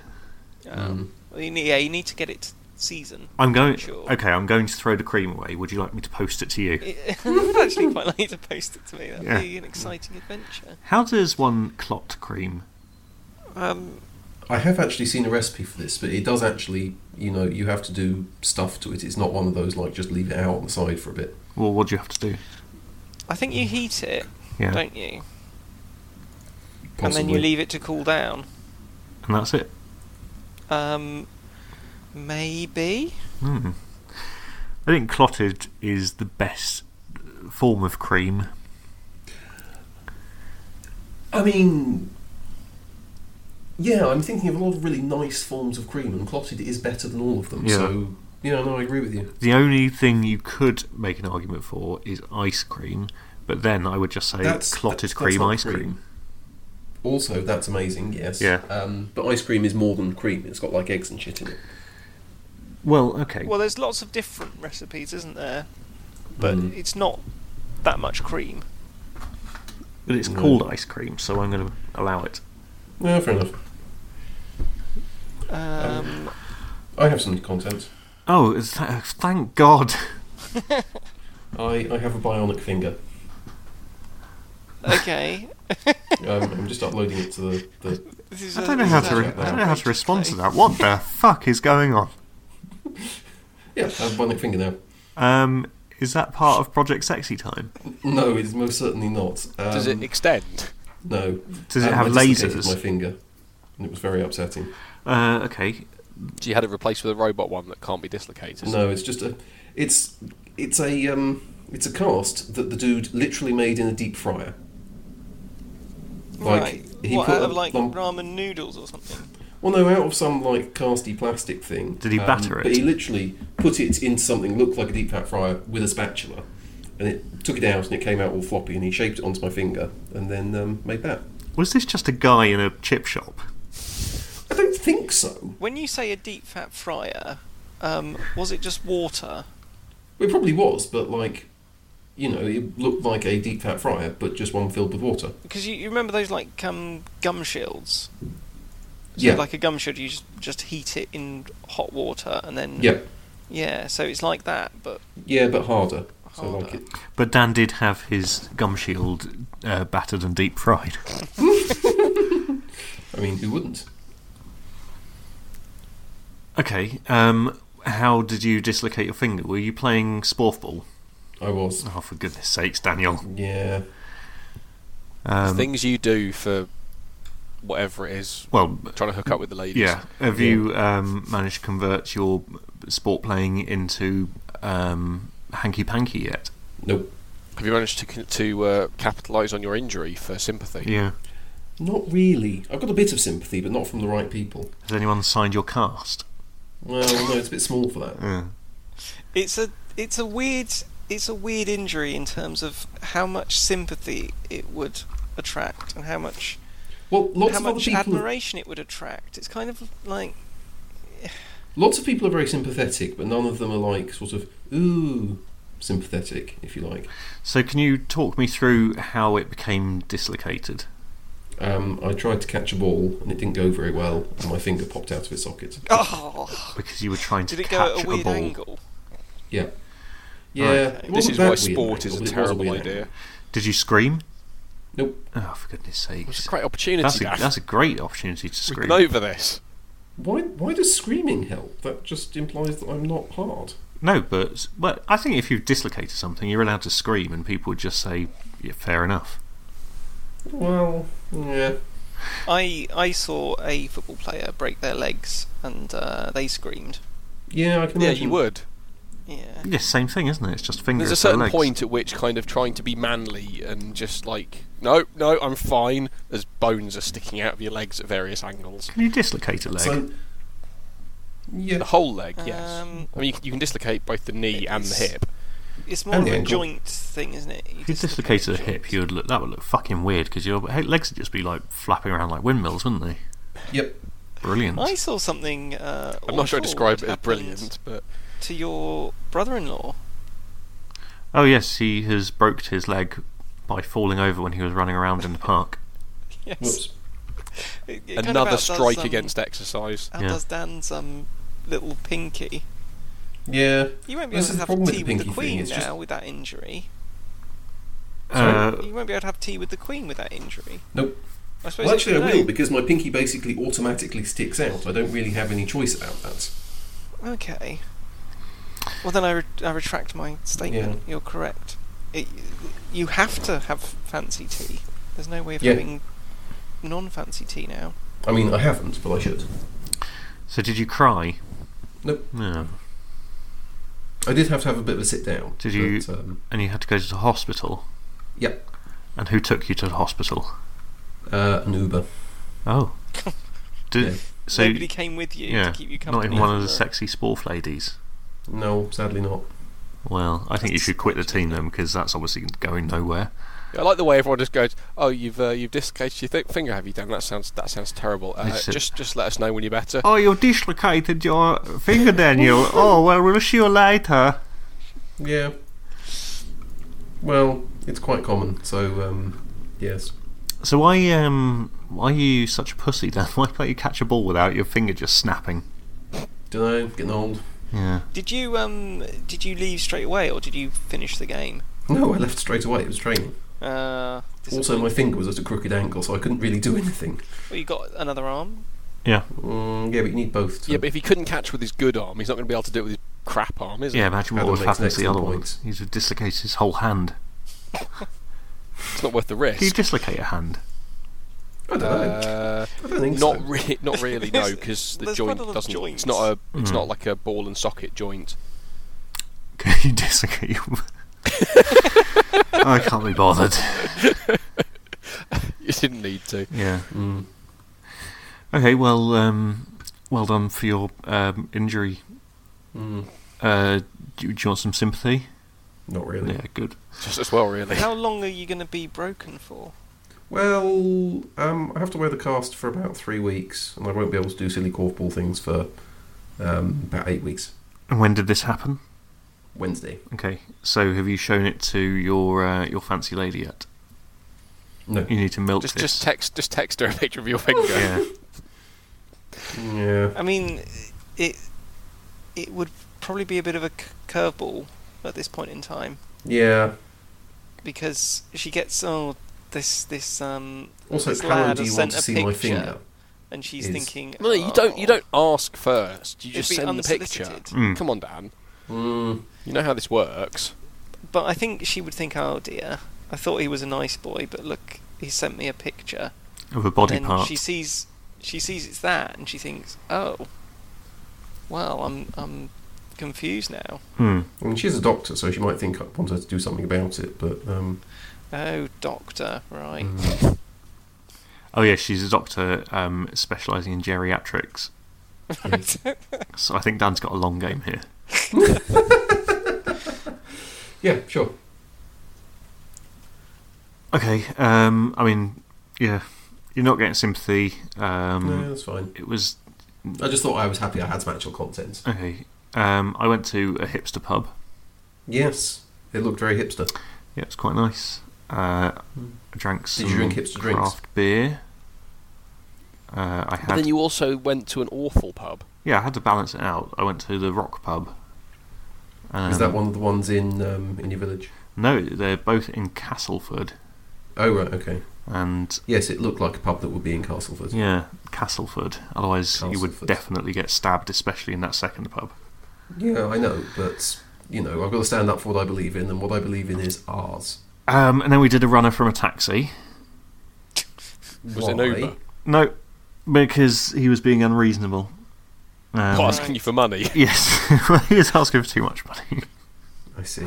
B: Um,
D: Well, you need, yeah, you need to get it seasoned.
A: I'm going.
D: Sure.
A: Okay, I'm going to throw the cream away. Would you like me to post it to you?
D: I'd actually quite like you to post it to me. That'd
A: Yeah.
D: be an exciting adventure.
A: How does one clot cream?
D: Um,
B: I have actually seen a recipe for this, but it does actually, you know, you have to do stuff to it. It's not one of those like just leave it out on the side for a bit.
A: Well, what do you have to do?
D: I think you heat it,
A: Yeah,
D: don't you?
B: Possibly.
D: And then you leave it to cool down.
A: and that's it.
D: Um, maybe.
A: Hmm. I think clotted is the best form of cream.
B: I mean, yeah, I'm thinking of a lot of really nice forms of cream, and clotted is better than all of them.
A: Yeah.
B: So, you know, no, I agree with you.
A: The only thing you could make an argument for is ice cream, but then I would just say
B: That's-
A: clotted
B: that's- that's
A: cream
B: not
A: ice cream.
B: cream. Also, that's amazing. Yes.
A: Yeah.
B: Um, but ice cream is more than cream. It's got like eggs and shit in it.
A: Well, okay.
D: Well, there's lots of different recipes, isn't there? But
B: Mm.
D: it's not that much cream.
A: but it's
B: No.
A: called ice cream, so I'm going to allow it.
B: Yeah, fair enough.
D: Um,
B: I have some content.
A: Oh, is that, thank God.
B: I, I have a bionic finger.
D: okay.
B: Um, I'm just uploading it to the, the
D: This is
A: I
D: a-
A: don't know
D: this
A: how
D: is
A: to.
D: a
A: Re- I don't know how to respond to
D: outrageous
A: that. What the fuck is going on?
B: yeah, I have a bionic finger now.
A: Um, is that part of Project Sexy Time?
B: No, it's most certainly not. Um,
C: Does it extend?
B: No.
A: Does it
B: Um,
A: have
B: I dislocated
A: lasers?
B: My finger, and it was very upsetting.
A: Uh, okay.
C: Do you had it replaced with a robot one that can't be dislocated?
B: No, it's just a, it's it's a um, it's a cast that the dude literally made in a deep fryer.
D: place.
B: Like,
D: right.
B: he
D: what,
B: put
D: out
B: a
D: of like
B: lump-
D: ramen noodles or something?
B: Well, no, out of some like casty plastic thing. um,
A: Did he batter
B: But he
A: it?
B: literally put it into something that looked like a deep fat fryer with a spatula, and it took it out and it came out all floppy, and he shaped it onto my finger, and then um, made that.
A: Was this just a guy in a chip shop?
B: I don't think so.
D: When you say a deep fat fryer, um, was it just water?
B: It probably was, but like, you know, it looked like a deep fat fryer, but just one filled with water.
D: Because you, you remember those like um, gum shields. So
B: Yeah.
D: Like a gum shield, you just, just heat it in hot water and then
B: Yeah,
D: Yeah, so it's like that, but
B: yeah, but harder. So
D: Harder.
B: like it.
A: But Dan did have his gum shield uh, battered and deep fried.
B: I mean, who wouldn't?
A: Okay. Um, how did you dislocate your finger? Were you playing sport ball?
B: I was.
A: Oh, for goodness sakes, Daniel.
B: Yeah.
A: Um,
C: Things you do for whatever it is,
A: well,
C: trying to hook up with the ladies.
A: yeah. Have you um, managed to convert your sport playing into um, hanky panky yet?
B: Nope.
C: Have you managed to con- to uh, capitalise on your injury for sympathy?
A: Yeah.
B: Not really. I've got a bit of sympathy, but not from the right people.
A: Has anyone signed your cast?
B: Well, no, it's a bit small for that.
A: Yeah.
D: It's a it's a weird it's a weird injury in terms of how much sympathy it would attract and how much
B: Well, lots
D: how
B: of other
D: much
B: people.
D: admiration it would attract. It's kind of like
B: Lots of people are very sympathetic, but none of them are like sort of ooh sympathetic, if you like.
A: So, can you talk me through how it became dislocated?
B: Um, I tried to catch a ball and it didn't go very well, and my finger popped out of its socket.
D: oh,
A: Because you were trying to
D: did it go
A: catch
D: at a weird
A: ball.
D: angle?
B: Yeah. Yeah.
A: Right.
B: it
C: This
B: wasn't
C: is
B: that
C: why
B: weird angle,
C: sport is a
B: but it was
C: terrible
B: weird
C: idea.
B: angle.
A: Did you scream?
B: Nope.
A: Oh, for goodness sake.
C: It's a great opportunity.
A: That's a,
C: Gaff.
A: that's a great opportunity to
C: We've
A: scream.
C: been over this.
B: Why? Why does screaming help? That just implies that I'm not hard.
A: No, but well, I think if you've dislocated something, you're allowed to scream, and people would just say, yeah, fair enough.
B: Well, yeah.
D: I I saw a football player break their legs and uh, they screamed.
B: Yeah, I can.
C: Yeah,
B: imagine.
C: you would.
D: Yeah.
A: Yes, same thing, isn't it? It's just fingers.
C: There's a
A: no
C: certain
A: legs.
C: point at which kind of trying to be manly and just like, no, no, I'm fine. As bones are sticking out of your legs at various angles.
A: Can you dislocate a leg?
B: So, yeah.
C: The whole leg, yes.
D: Um,
C: I mean, you can, you can dislocate both the knee and the
D: It's-
C: hip.
D: It's more
B: And
D: of
B: the
D: a
B: ankle.
D: joint thing, isn't it?
A: if you dislocated a hip, you would look that would look fucking weird because your he- legs would just be like flapping around like windmills, wouldn't they?
B: Yep.
A: Brilliant.
D: I saw something. Uh,
C: I'm not sure I
D: awful
C: describe it as
D: happened
C: brilliant, but
D: To your brother-in-law,
A: Oh yes, he has broke his leg by falling over when he was running around in the park.
D: yes.
B: Whoops.
D: It- it kind of
C: another
D: outdoes,
C: strike
D: um,
C: against exercise.
A: Yeah.
D: Outdoes Dan's um, little pinky.
B: Yeah.
D: You won't
B: This
D: be able to
B: is the
D: have
B: problem with
D: tea
B: the
D: with the
B: pinky
D: Queen
B: thing, it's
D: now
B: just-
D: with that injury.
A: Uh,
D: You won't be able to have tea with the Queen with that injury.
B: Nope.
D: I suppose
B: Well,
D: if you
B: actually, I will
D: know-
B: because my pinky basically automatically sticks out. I don't really have any choice about that.
D: Okay. Well, then I, re- I retract my statement. You're correct. It, you have to have fancy tea. There's no way of
B: Yeah.
D: having non-fancy tea now.
B: I mean, I haven't, but I should.
A: so did you cry?
B: Nope.
A: No.
B: I did have to have a bit of a sit down.
A: Did you-
B: But, um,
A: And you had to go to the hospital.
B: yep.
A: And who took you to the hospital?
B: Uh, an Uber.
A: Oh. Did,
B: Yeah.
A: So
D: Nobody came with you
A: yeah,
D: to keep you
A: not
D: company.
A: even one of the
D: for-
A: sexy sporth ladies.
B: No, sadly not.
A: Well, I think you should quit the team then because that's obviously going nowhere.
C: I like the way everyone just goes, "Oh, you've uh, you've dislocated your th- finger, have you, Dan? That sounds that sounds terrible. Uh,
A: It's a-
C: just just let us know when you're better."
A: Oh, you dislocated your finger, Daniel. oh, well, we'll see you later.
B: Yeah. Well, it's quite common. So, um, yes.
A: So why um why are you such a pussy, Dan? Why can't you catch a ball without your finger just snapping?
B: Don't know. Getting old.
A: Yeah.
D: Did you um did you leave straight away or did you finish the game?
B: No, I left straight away. It was training.
D: Uh,
B: Also, my
D: disappointing.
B: finger was at a crooked angle, so I couldn't really do anything.
D: well, you got another arm.
B: Mm, yeah, but you need both. To
C: Yeah, but if he couldn't catch with his good arm, he's not going to be able to do it with his crap arm, is he?
A: Yeah, imagine what
B: Adam
A: would
B: makes
A: happen
B: an
A: to the other
B: excellent
A: one.
B: point.
A: He'd have dislocated his whole hand.
C: It's not worth the
A: Can you
C: risk.
A: dislocate a hand?
B: I don't know.
C: Uh,
B: I don't think
C: not
B: so.
C: really, not really, no, because the
D: There's quite
C: joint
D: a lot of
C: doesn't.
D: joints.
C: It's not a, it's
A: Hmm.
C: not like a ball and socket joint.
A: Can you dislocate your... I can't be bothered.
C: You didn't need to.
A: Yeah.
B: Mm.
A: Okay, well, um, well done for your um, injury.
B: Mm.
A: Uh, do, do you want some sympathy?
B: Not really.
A: Yeah, good.
C: Just as well, really.
D: How long are you going to be broken for?
B: Well, um, I have to wear the cast for about three weeks, and I won't be able to do silly corfball things for um, about eight weeks.
A: And when did this happen?
B: Wednesday.
A: Okay, so have you shown it to your uh, your fancy lady yet?
B: No.
A: You need to milk
C: Just,
A: this.
C: just text, just text her a picture of your finger.
A: yeah.
B: Yeah.
D: I mean, it it would probably be a bit of a c- curveball at this point in time
B: Yeah.
D: because she gets oh this this um
B: Also,
D: this
B: how
D: lad
B: do
D: has
B: you want
D: sent
B: to
D: a
B: see my
D: picture,
B: finger?
D: and she's
B: is-
D: thinking "Oh."
C: No, you don't. You don't ask first. You
D: It'd
C: just
D: be
C: send the picture.
D: unsolicited.
A: Mm.
C: Come on, Dan.
B: Mm.
C: You know how this works.
D: "Oh." But I think she would think, oh dear, I thought he was a nice boy, but look, he sent me a picture.
A: Of a body
D: and then
A: part.
D: she sees she sees it's that, and she thinks, oh, well, I'm I'm confused now.
A: Hmm.
B: I mean, she's a doctor, so she might think I want her to do something about it, but um,
D: Oh, doctor, right.
A: Oh yeah, she's a doctor um, specialising in geriatrics.
D: Right.
A: So I think Dan's got a long game here.
B: yeah, sure.
A: Okay. Um, I mean, yeah, you're not getting sympathy. Um,
B: no, that's fine.
A: It was
B: I just thought I was happy I had some actual content.
A: okay. Um, I went to a hipster pub.
B: Yes, it looked very hipster.
A: Yeah, it's quite nice. Uh, I drank some
B: you drink hipster drinks?
A: craft beer. Uh, I
C: But
A: had
C: then you also went to an awful pub.
A: yeah, I had to balance it out. I went to the Rock Pub. Um,
B: Is that one of the ones in um, in your village?
A: No, they're both in Castleford,
B: Oh right, okay.
A: and
B: Yes, it looked like a pub that would be in Castleford.
A: yeah, Castleford. Otherwise, you would
B: Castleford.
A: definitely get stabbed, especially in that second pub.
B: Yeah, I know, but you know, I've got to stand up for what I believe in, and what I believe in is ours.
A: Um, and then we did a runner from a taxi.
C: Was it an
B: Why?
C: Uber?
A: No, because he was being unreasonable. Um,
C: Not asking you for money.
A: Yes, he was asking for too much money.
B: I see.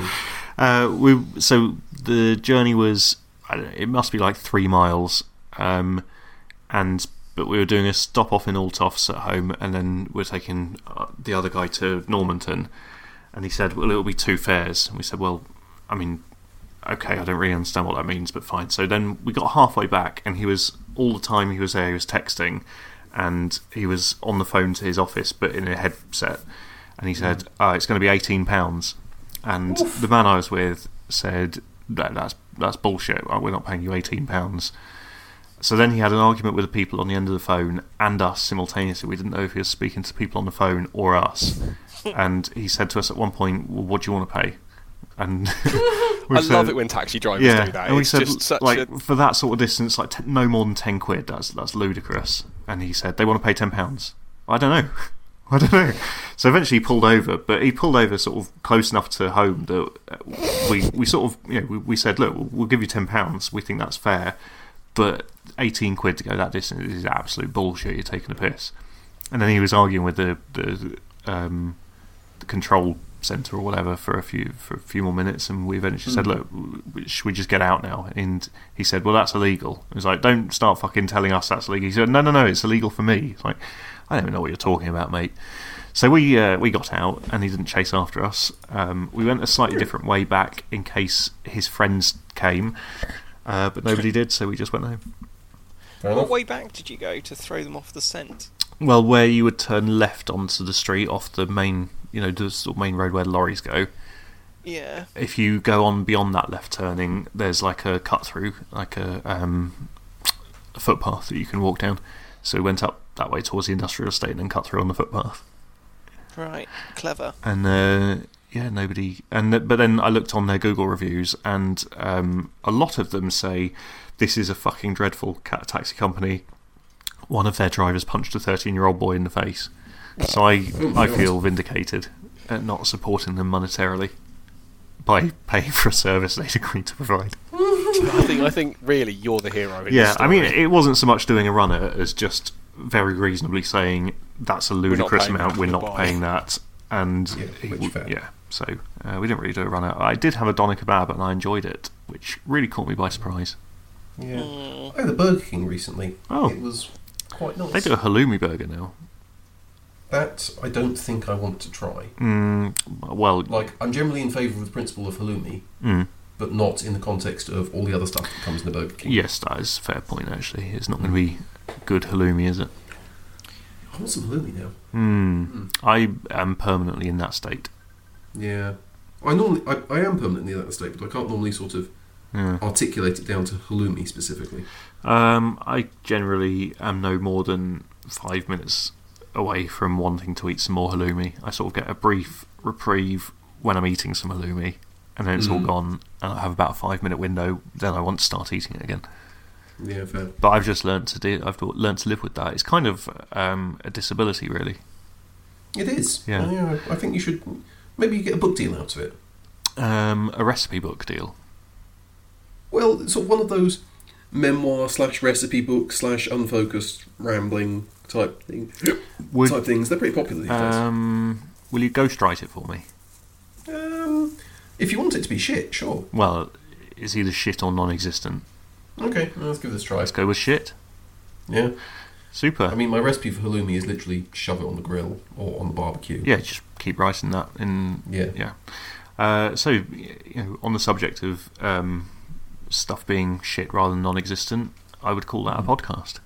A: Uh, we so the journey was I don't know, it must be like three miles, um, and but we were doing a stop off in Altofs at home, and then we're taking uh, the other guy to Normanton, and he said, "Well, it'll be two fares," and we said, "Well, I mean, okay, I don't really understand what that means, but fine." So then we got halfway back, and he was all the time he was there, he was texting, and he was on the phone to his office, but in a headset, and he said, uh, "It's going to be eighteen pounds," and the man I was with said, "That- "That's that's bullshit. We're not paying you eighteen pounds." So then he had an argument with the people on the end of the phone and us simultaneously. We didn't know if he was speaking to people on the phone or us. And he said to us at one point, well, "What do you want to pay?" And we
C: I
A: said-
C: love it when taxi drivers
A: yeah,
C: do that.
A: and we
C: it's
A: said
C: just such
A: like
C: a
A: for that sort of distance, like t- no more than ten quid. That's that's ludicrous. And he said they want to pay ten pounds. I don't know. I don't know. So eventually he pulled over, but he pulled over sort of close enough to home that uh, we we sort of you know we, we said look we'll, we'll give you ten pounds. We think that's fair, but eighteen quid to go that distance is absolute bullshit. You're taking a piss. And then he was arguing with the the um, the control center or whatever for a few for a few more minutes, and we eventually said, "Look, w- w- should we just get out now?" And he said, "Well, that's illegal." It was like, "Don't start fucking telling us that's illegal." He said, "No, no, no, it's illegal for me." It's like, I don't even know what you're talking about, mate. So we uh, we got out, and he didn't chase after us. Um, we went a slightly different way back in case his friends came, uh, but nobody did, so we just went home.
B: Fair
D: what
B: enough.
D: way back did you go to throw them off the scent?
A: Well, where you would turn left onto the street off the main, you know, the sort of main road where lorries go.
D: Yeah.
A: If you go on beyond that left turning, there's like a cut through, like a, um, a footpath that you can walk down. So we went up that way towards the industrial estate and then cut through on the footpath.
D: Right. Clever.
A: And uh, yeah, nobody. And th- but then I looked on their Google reviews, and um, a lot of them say this is a fucking dreadful ca- taxi company. One of their drivers punched a 13-year-old boy in the face. So I, I feel vindicated at not supporting them monetarily by paying for a service they agreed to provide.
C: I think I think really you're the hero. In
A: Yeah,
C: this
A: I mean,
C: story.
A: it wasn't so much doing a runner as just very reasonably saying that's a
C: not
A: ludicrous
C: paying
A: amount.
C: that
A: We're
C: for the
A: not
C: bar."
A: paying that, and
B: Yeah,
A: he
B: which
A: w-
B: fair.
A: yeah. So uh, we didn't really do a runner. I did have a doner kebab and I enjoyed it, which really caught me by surprise.
B: Yeah.
D: Hmm.
B: I had the Burger King recently.
A: Oh.
B: It was quite nice.
A: They do a halloumi burger now.
B: That I don't think I want to try.
A: Mm, well,
B: Like, I'm generally in favour of the principle of halloumi,
A: mm,
B: but not in the context of all the other stuff that comes in a Burger King.
A: yes, that is a fair point. Actually, it's not going to be good halloumi, is it?
B: I want some halloumi now.
A: Mm, I am permanently in that state.
B: Yeah. I normally, I, I am permanently in that state, but I can't normally sort of
A: Yeah.
B: articulate it down to halloumi specifically.
A: Um, I generally am no more than five minutes away from wanting to eat some more halloumi. I sort of get a brief reprieve when I'm eating some halloumi, and then it's all
B: Mm.
A: gone, and I have about a five minute window. Then I want to start eating it again.
B: Yeah, fair.
A: But I've just learnt to do. I've learnt to live with that. It's kind of um, a disability, really.
B: It is. Oh,
A: Yeah.
B: yeah. I think you should. Maybe you get a book deal out of it.
A: Um, a recipe book deal.
B: Well, it's sort of one of those memoir slash recipe book slash unfocused rambling type thing
A: Would Uh,
B: type things. They're pretty popular these days.
A: um, Will you ghostwrite it for me?
B: Um, if you want it to be shit, sure.
A: Well, it's either shit or non existent.
B: Okay, well, let's give this a try.
A: Let's go with shit.
B: Yeah.
A: Super.
B: I mean, my recipe for halloumi is literally shove it on the grill or on the barbecue.
A: yeah, just keep writing that. In,
B: Yeah.
A: Yeah. Uh, so, y- you know, on the subject of um, stuff being shit rather than non existent, I would call that a podcast.